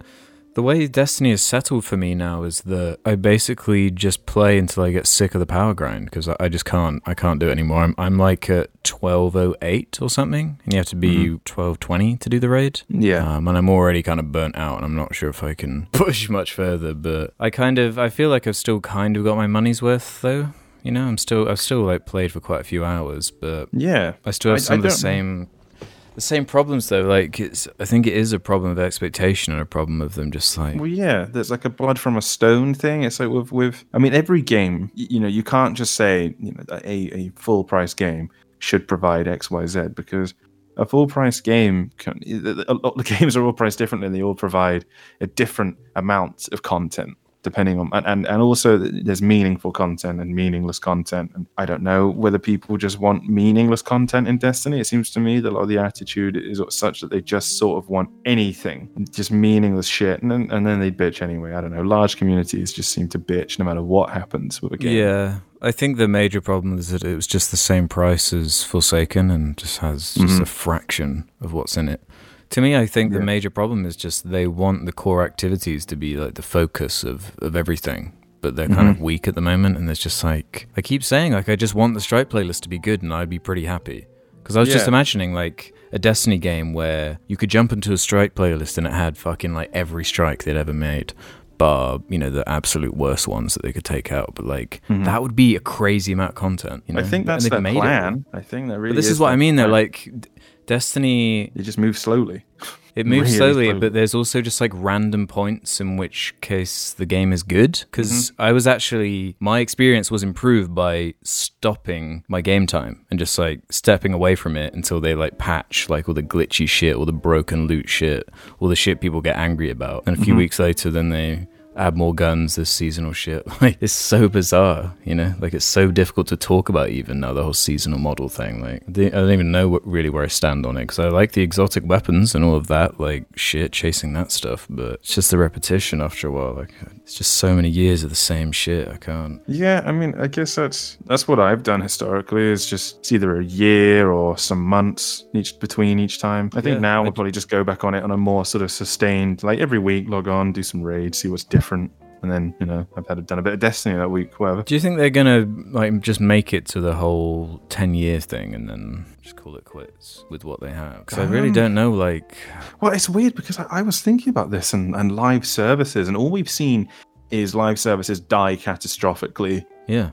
S1: The way Destiny is settled for me now is that I basically just play until I get sick of the power grind because I, I just can't. I can't do it anymore. I'm, I'm like at twelve oh eight or something, and you have to be twelve twenty to do the raid.
S3: Yeah.
S1: Um, and I'm already kind of burnt out, and I'm not sure if I can [laughs] push much further. But I kind of, I feel like I've still kind of got my money's worth, though. You know, I'm still, I've still like played for quite a few hours, but
S3: yeah.
S1: I still have
S3: I-
S1: some
S3: I
S1: of the
S3: don't-
S1: same, the same problems though. Like it's, I think it is a problem of expectation and a problem of them just like,
S3: Well, yeah, there's like a blood from a stone thing. It's like with with I mean, every game, y- you know, you can't just say you know a a full price game should provide X Y Z because a full price game can, a lot- the games are all priced differently. They all provide a different amount of content depending on and, and and also there's meaningful content and meaningless content and i don't know whether people just want meaningless content in destiny it seems to me that a lot of the attitude is such that they just sort of want anything just meaningless shit and then, and then they bitch anyway i don't know large communities just seem to bitch no matter what happens with a game
S1: yeah. I think the major problem is that it was just the same price as Forsaken and just has
S3: Mm-hmm.
S1: just a fraction of what's in it. To me, I think the major problem is just they want the core activities to be like the focus of, of everything, but they're
S3: Mm-hmm.
S1: kind of weak at the moment. And there's just like, I keep saying, like, I just want the Strike playlist to be good and I'd be pretty happy. Because I was just
S3: Yeah.
S1: imagining like a Destiny game where you could jump into a Strike playlist and it had fucking like every strike they'd ever made. Bar, you know, the absolute worst ones that they could take out, but like that would be a crazy amount of content. You know?
S3: Mm-hmm. i think
S1: And
S3: that's
S1: they've
S3: their
S1: made it.
S3: plan i think that really
S1: But this is what
S3: their
S1: I mean, though.
S3: plan.
S1: Like, D- Destiny
S3: they just move slowly
S1: it moves
S3: Really
S1: slowly,
S3: slowly.
S1: but there's also just like random points in which case the game is good. Because I was actually, my experience was improved by stopping my game time and just like stepping away from it until they like patch like all the glitchy shit, all the broken loot shit, all the shit people get angry about. And a few weeks later, then they add more guns, this seasonal shit. [laughs] Like, it's so bizarre, you know? Like, it's so difficult to talk about even now, the whole seasonal model thing. Like, I don't I don't even know what, really where I stand on it because I like the exotic weapons and all of that, like, shit, chasing that stuff. But it's just the repetition after a while. Like, it's just so many years of the same shit. I can't.
S3: Yeah, I mean, I guess that's that's what I've done historically. Is just it's either a year or some months each between each time. I think
S1: Yeah,
S3: now
S1: I-
S3: we'll probably just go back on it on a more sort of sustained, like every week, log on, do some raids, see what's different, and then you know I've had done a bit of Destiny that week, whatever.
S1: Do you think they're gonna, like, just make it to the whole 10 year thing and then just call it quits with what they have? Because I really
S3: Um,
S1: don't know, like,
S3: Well, it's weird because I, I was thinking about this and, and live services, and all we've seen is live services die catastrophically,
S1: yeah.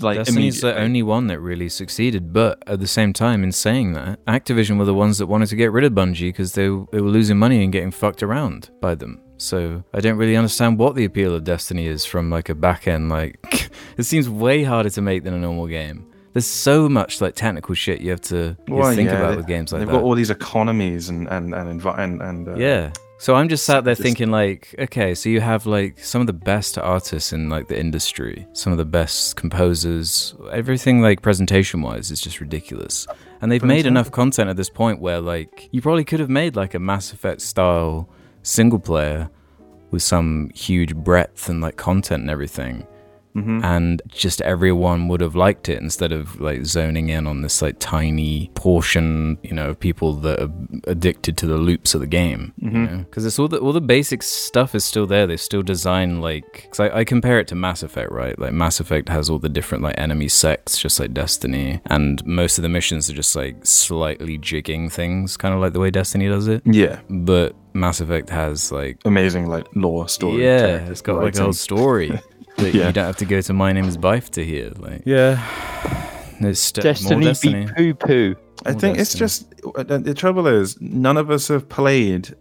S3: like
S1: Destiny's the
S3: immediately.
S1: only one that really succeeded, but at the same time, in saying that, Activision were the ones that wanted to get rid of Bungie because they, they were losing money and getting fucked around by them. So I don't really understand what the appeal of Destiny is from like a back end. Like [laughs] it seems way harder to make than a normal game. There's so much like technical shit you have to you
S3: Well,
S1: think
S3: yeah,
S1: about
S3: they-
S1: with games like
S3: They've
S1: that.
S3: got all these economies and and and envi- and, and uh,
S1: Yeah. So I'm just sat there
S3: Just-
S1: thinking, like, okay, so you have like some of the best artists in like the industry, some of the best composers, everything like presentation wise is just ridiculous. And they've made enough content at this point where like you probably could have made like a Mass Effect style single player with some huge breadth and like content and everything. And just everyone would have liked it instead of like zoning in on this like tiny portion, you know, of people that are addicted to the loops of the game. Because it's all the all the basic stuff is still there. They still design like 'cause I, I compare it to Mass Effect, right? Like Mass Effect has all the different like enemy sects, just like Destiny, and most of the missions are just like slightly jigging things, kind of like the way Destiny does it.
S3: yeah.
S1: But Mass Effect has like
S3: amazing like lore story.
S1: yeah,
S3: character
S1: it's got like a
S3: writing.
S1: whole
S3: [laughs]
S1: story that
S3: Yeah.
S1: you don't have to go to My Name Is Bife to hear. Like, yeah, there's st-
S4: Destiny,
S1: more Destiny.
S4: be poo poo.
S3: I
S1: Well,
S3: think it's just
S1: Destiny.
S3: uh, the trouble is none of us have played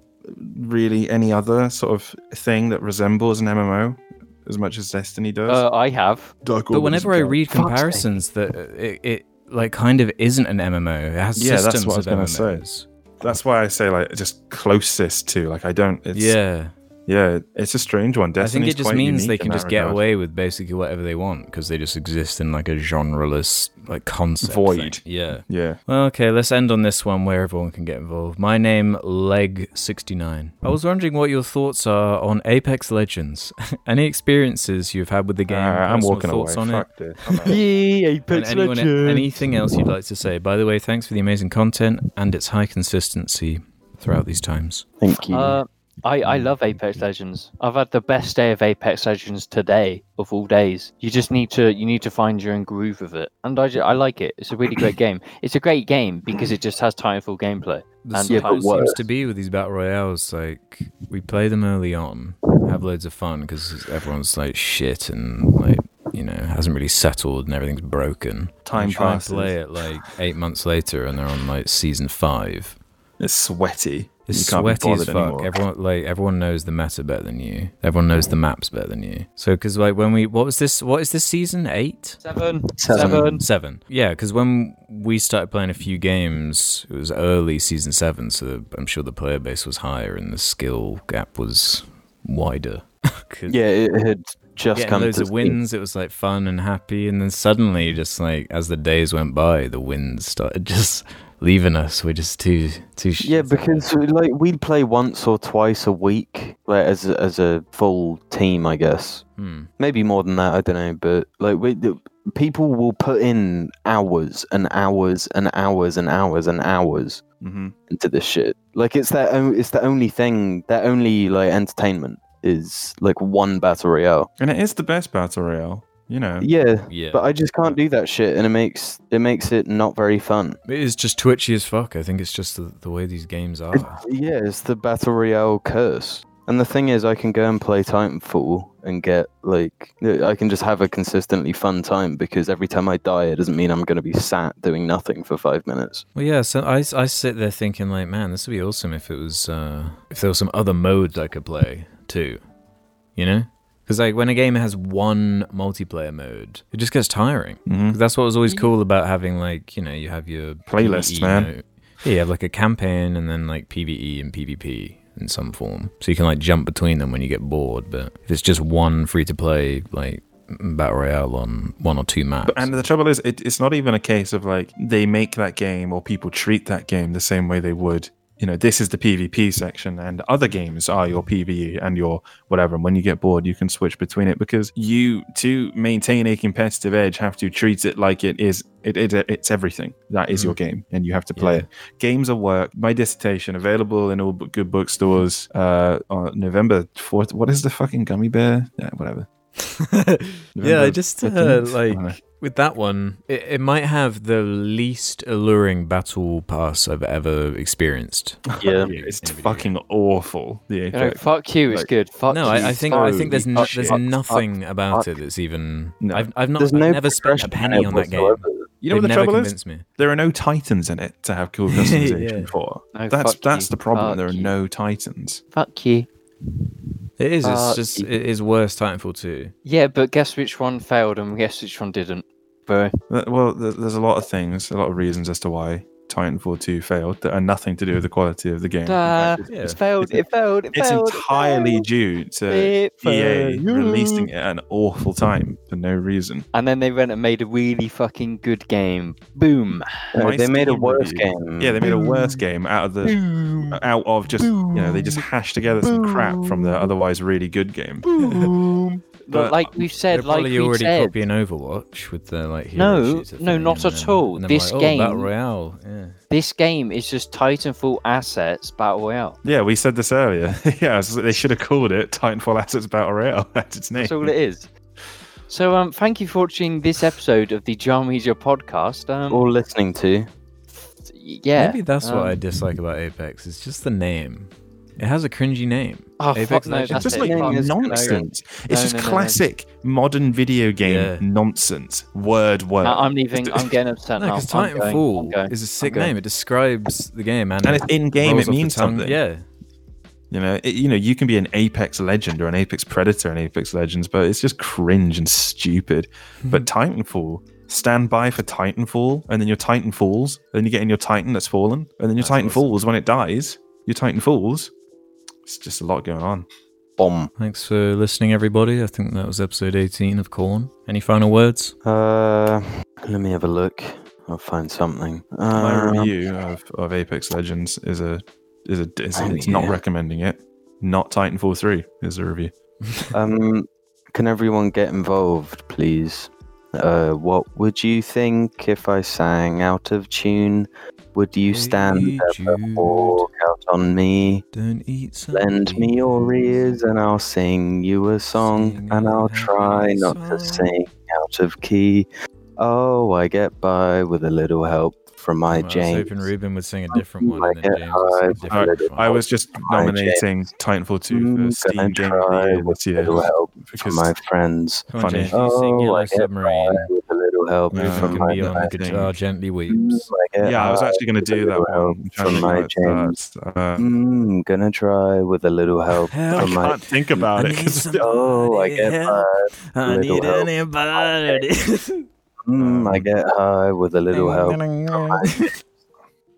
S3: really any other sort of thing that resembles an MMO as much as Destiny does.
S4: Uh, I have.
S1: but whenever I read
S4: Fuck's sake.
S1: comparisons, that uh, it, it like kind of isn't an MMO. It has
S3: Yeah, that's
S1: systems
S3: what I was
S1: of
S3: gonna say.
S1: MMOs.
S3: That's why I say like just closest to like I don't. It's,
S1: yeah,
S3: yeah, it's a strange one.
S1: I think
S3: Destiny's
S1: it just
S3: quite
S1: means
S3: unique
S1: they
S3: in
S1: can
S3: that
S1: just get
S3: regard.
S1: away with basically whatever they want because they just exist in like a genreless like concept
S3: Void.
S1: thing. Yeah.
S3: Yeah,
S1: Well, okay, let's end on this one where everyone can get involved. My name, Leg69. I was wondering what your thoughts are on Apex Legends. [laughs] any experiences you've had with the
S3: Uh,
S1: game?
S3: I'm
S1: personal
S3: walking away.
S1: thoughts on it?
S3: Fuck this. I'm out.
S4: Yeah,
S1: And
S4: Apex
S1: anyone,
S4: Legends.
S1: anything else you'd like to say? By the way, thanks for the amazing content and its high consistency throughout these times.
S2: Thank you.
S4: Uh, I, I love Apex Legends. I've had the best day of Apex Legends today of all days. You just need to you need to find your own groove with it, and I, ju- I like it. It's a really great game. It's a great game because it just has Titanfall gameplay.
S1: The
S4: And
S1: sort
S4: yeah, but
S1: it
S2: worse.
S1: seems to be with these battle royales, like we play them early on, have loads of fun because everyone's like shit and like you know hasn't really settled and everything's broken.
S3: Time
S1: You try and
S3: passes.
S1: play it like eight months later, and they're on like season five.
S3: It's sweaty.
S1: [laughs] It's
S3: You can't be
S1: sweaty as
S3: bothered
S1: fuck.
S3: anymore.
S1: Everyone like everyone knows the meta better than you. Everyone knows the maps better than you. So because like when we what was this? What is this season eight?
S4: Seven,
S2: Seven.
S4: seven.
S1: Seven. Yeah, because when we started playing a few games, it was early season seven, so I'm sure the player base was higher and the skill gap was wider. [laughs] 'Cause
S2: Yeah, it had just
S1: Getting
S2: come
S1: loads
S2: to
S1: of wins, it was like fun and happy, and then suddenly, just like as the days went by, the wins started just [laughs] leaving us. We're just too too. sh-
S2: Yeah, because like we'd play once or twice a week, like as a, as a full team, I guess.
S1: Hmm.
S2: Maybe more than that, I don't know. But like, we, the, people will put in hours and hours and hours and hours and hours
S3: Mhm.
S2: into this shit. Like, it's their own. It's the only thing. Their only like entertainment is like one battle royale.
S3: And it is the best battle royale, you know.
S2: Yeah.
S1: yeah,
S2: But I just can't do that shit, and it makes it makes it not very fun.
S1: it is just twitchy as fuck. I think it's just the, the way these games are.
S2: It's- yeah, it's the battle royale curse. And the thing is, I can go and play Titanfall and get like uh, I can just have a consistently fun time because every time I die, it doesn't mean I'm going to be sat doing nothing for five minutes.
S1: Well, yeah. So I, I sit there thinking, like, man, this would be awesome if it was uh, if there was some other mode I could play too, you know? Because like when a game has one multiplayer mode, it just gets tiring.
S3: Mm-hmm.
S1: 'Cause That's what was always cool about having like you know you have your
S3: Playlists,
S1: PvE
S3: man.
S1: mode. Yeah, you have like a campaign and then like PVE and PvP in some form, so you can like jump between them when you get bored. But if it's just one free to play like battle royale on one or two maps,
S3: But, and the trouble is, it, it's not even a case of like they make that game or people treat that game the same way they would. You know, this is the PvP section, and other games are your PvE and your whatever. And when you get bored, you can switch between it because you, to maintain a competitive edge, have to treat it like it is. It, it it's everything that is your game, and you have to play
S1: Yeah.
S3: it. Games are work. My dissertation available in all bu- good bookstores uh, on November fourth. What is the fucking gummy bear? Yeah, whatever.
S1: [laughs] yeah, I
S3: November
S1: just
S3: 15th? I
S1: uh,
S3: don't know.
S1: like with that one, it, it might have the least alluring battle pass I've ever experienced.
S2: Yeah,
S3: it's fucking awful. The
S4: You know,
S3: Apex.
S4: fuck you. It's
S3: Like-
S4: good. Fuck
S1: No,
S4: you.
S1: I, I think I think there's no,
S3: Holy
S1: there's
S3: shit.
S1: nothing about
S2: fuck.
S1: it that's even.
S3: No.
S1: I've, I've not
S2: there's
S1: I've
S2: no
S1: never spent a
S2: progression
S1: penny
S2: there
S1: on that game.
S2: whatsoever.
S3: you know
S1: They've
S3: what the
S1: never
S3: trouble is?
S1: convinced me.
S3: There are no titans in it to
S1: [laughs]
S3: have cool customization for.
S4: No,
S3: that's
S4: fuck
S3: that's
S4: you.
S3: the problem.
S4: Fuck
S3: there are
S4: you.
S3: no titans.
S4: Fuck you.
S1: It is. It's
S4: Uh,
S1: just. It is worse. Titanfall two.
S4: Yeah, but guess which one failed and guess which one didn't. Bro,
S3: Uh, Well, th- there's a lot of things, a lot of reasons as to why Titanfall 2 failed that are nothing to do with the quality of the game. In fact, it's-
S1: Yeah.
S4: it failed. It failed. It
S3: It's
S4: failed. it
S3: entirely
S4: failed.
S3: due to
S4: It
S3: EA
S4: failed.
S3: releasing it at an awful time for no reason.
S4: And then they went and made a really fucking good game. Boom.
S2: No,
S3: My
S2: they made a
S3: Steam
S2: worse
S3: review-
S2: game.
S3: Yeah, they made a worse game out of the
S4: Boom.
S3: out of just you know they just hashed together some crap from the otherwise really good game.
S4: Boom.
S3: But-
S4: but like
S1: They're
S4: we've said, like
S1: probably
S4: we
S1: already
S4: said,
S1: copying Overwatch with the like. hero
S4: No,
S1: shooter
S4: no,
S1: thing
S4: not
S1: and
S4: at
S1: then-
S4: all.
S1: and then we're
S4: This
S1: like, oh, battle
S4: game-
S1: royale. Yeah.
S4: this game is just Titanfall assets battle royale.
S3: Yeah, we said this earlier. [laughs] yeah, so they should have called it Titanfall Assets Battle Royale. [laughs] That's its name.
S4: That's all
S1: [laughs]
S4: it is. So um, thank you for watching this episode of the Jar Media podcast. Um,
S2: Or listening to.
S4: yeah,
S1: Maybe that's what
S4: um,
S1: I dislike about Apex. It's just the name. It has a cringy name.
S4: Oh, fuck
S1: Apex
S4: no,
S1: Legends.
S4: that's
S3: It's just
S4: it.
S3: like
S4: Fuck no.
S3: nonsense. It's
S4: No,
S3: just
S4: no, no, no.
S3: classic modern video game
S1: Yeah.
S3: nonsense. Word word.
S4: I- I'm leaving. I'm getting
S1: [laughs]
S4: upset
S1: No,
S4: now.
S1: because
S4: Oh, I'm going, I'm
S1: Titanfall
S4: going.
S1: is a sick
S4: I'm going.
S1: name. It describes the game and,
S3: and it's in game.
S1: rolls
S3: It
S1: off the
S3: means
S1: tongue.
S3: something.
S1: Yeah,
S3: You know. It, you know. You can be an Apex Legend or an Apex Predator in Apex Legends, but it's just cringe and stupid.
S4: Hmm.
S3: but Titanfall. Stand by for Titanfall, and then your Titan falls, then you get in your Titan that's fallen, and then your
S1: That's
S3: Titan
S1: awesome.
S3: falls when it dies. Your Titan falls. It's just a lot going on.
S2: Bomb.
S1: Thanks for listening, everybody. I think that was episode 18 of Corn. Any final words?
S2: Uh, let me have a look. I'll find something.
S3: my
S2: Um,
S3: review of, of Apex Legends is a is a is,
S2: Oh,
S3: it's not
S2: yeah.
S3: recommending it. Not Titanfall three is a review.
S2: um, can everyone get involved, please? Uh, what would you think if I sang out of tune? Would you stand
S1: Hey,
S2: up and walk out on me?
S1: Don't eat some.
S2: Lend me your ears and I'll sing you a song,
S1: Sing
S2: and
S1: a
S2: I'll
S1: happy
S2: try not to
S1: song.
S2: sing out of key. Oh, I get by with a little help from my
S1: Well, I was
S2: James.
S1: hoping Ruben would sing a different one,
S2: Like
S1: and then
S2: it,
S1: James would sing a
S2: I-
S1: different
S2: Oh, I-
S1: one.
S3: I was just
S2: Hi,
S3: nominating Titanfall 2
S2: Mm,
S3: for Steam
S2: gonna
S3: Game of the
S2: try
S3: Year
S2: with
S3: this year.
S2: Little help from
S3: Because
S2: my friends.
S1: Come on,
S3: funny.
S1: James, you sing
S2: Oh,
S1: Yellow
S2: like it,
S1: Submarine.
S2: Right, with a little help
S3: No,
S1: Ruben
S2: from
S1: can
S2: my
S1: be on the
S3: I think-
S1: guitar, gently
S2: friends.
S1: weeps.
S2: Like it,
S3: yeah, I was
S2: I-
S3: actually going to do that
S2: Little help
S3: one. I'm trying
S2: from
S3: to
S2: my
S3: think about it first.
S2: [laughs]
S3: Uh,
S2: Mm, gonna try with a little help
S1: Help.
S3: I
S2: from my.
S3: can't [laughs] think about
S1: I
S3: it.
S1: need
S3: 'cause-
S1: some-
S2: Oh, I get
S1: Yeah.
S2: by.
S1: I
S2: Little
S1: need
S2: help.
S1: anybody.
S2: [laughs] Mm,
S3: Um,
S2: I get high with a little help.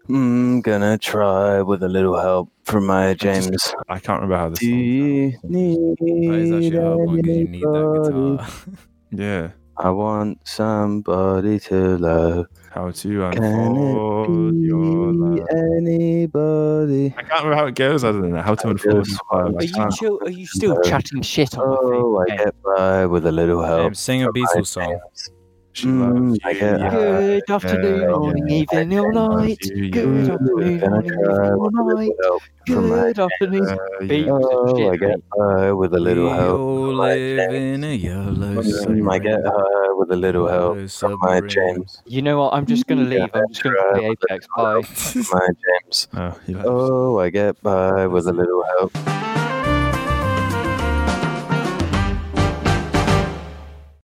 S2: Mm, gonna try with a little help from my
S3: just- uh,
S2: James.
S3: I can't remember how this.
S2: Do you need
S1: That is actually a hard one because you need
S2: anybody?
S1: that guitar.
S3: Yeah.
S2: I want somebody to love.
S3: How to
S2: Can
S3: unfold your
S2: it
S3: life.
S2: be anybody?
S3: I can't remember how it goes other than that. How to
S2: I
S3: unfold
S2: just
S3: your life.
S2: want
S3: I
S4: Are you,
S3: can't.
S4: chill, are you still chatting shit on
S2: Oh,
S4: the
S2: I
S4: thing?
S2: get by with a little help.
S1: James, sing a Beatles song.
S3: She loves
S2: Mm, I
S3: you,
S2: get-
S3: yeah.
S4: Good afternoon,
S3: yeah,
S4: morning, evening, all night.
S3: you,
S4: Good
S3: yeah.
S4: afternoon,
S2: Gonna
S4: morning,
S2: try
S4: evening, all
S2: with a
S4: night.
S2: little help from my
S4: Good afternoon.
S3: Uh,
S4: Beat
S3: yeah.
S4: some
S2: Oh, I
S4: shit.
S2: get high with a little
S1: we
S2: help.
S1: all
S2: from my
S1: live
S2: James.
S1: in a yellow
S2: Mm, I get high with a little help from my James.
S4: You know what? I'm just gonna
S2: Yeah,
S4: leave. I'm just gonna
S2: try
S4: play
S2: with a
S4: Apex.
S1: [laughs]
S2: little
S4: Bye.
S2: help from My James.
S3: Oh, he loves-
S2: Oh, I get by with a little help.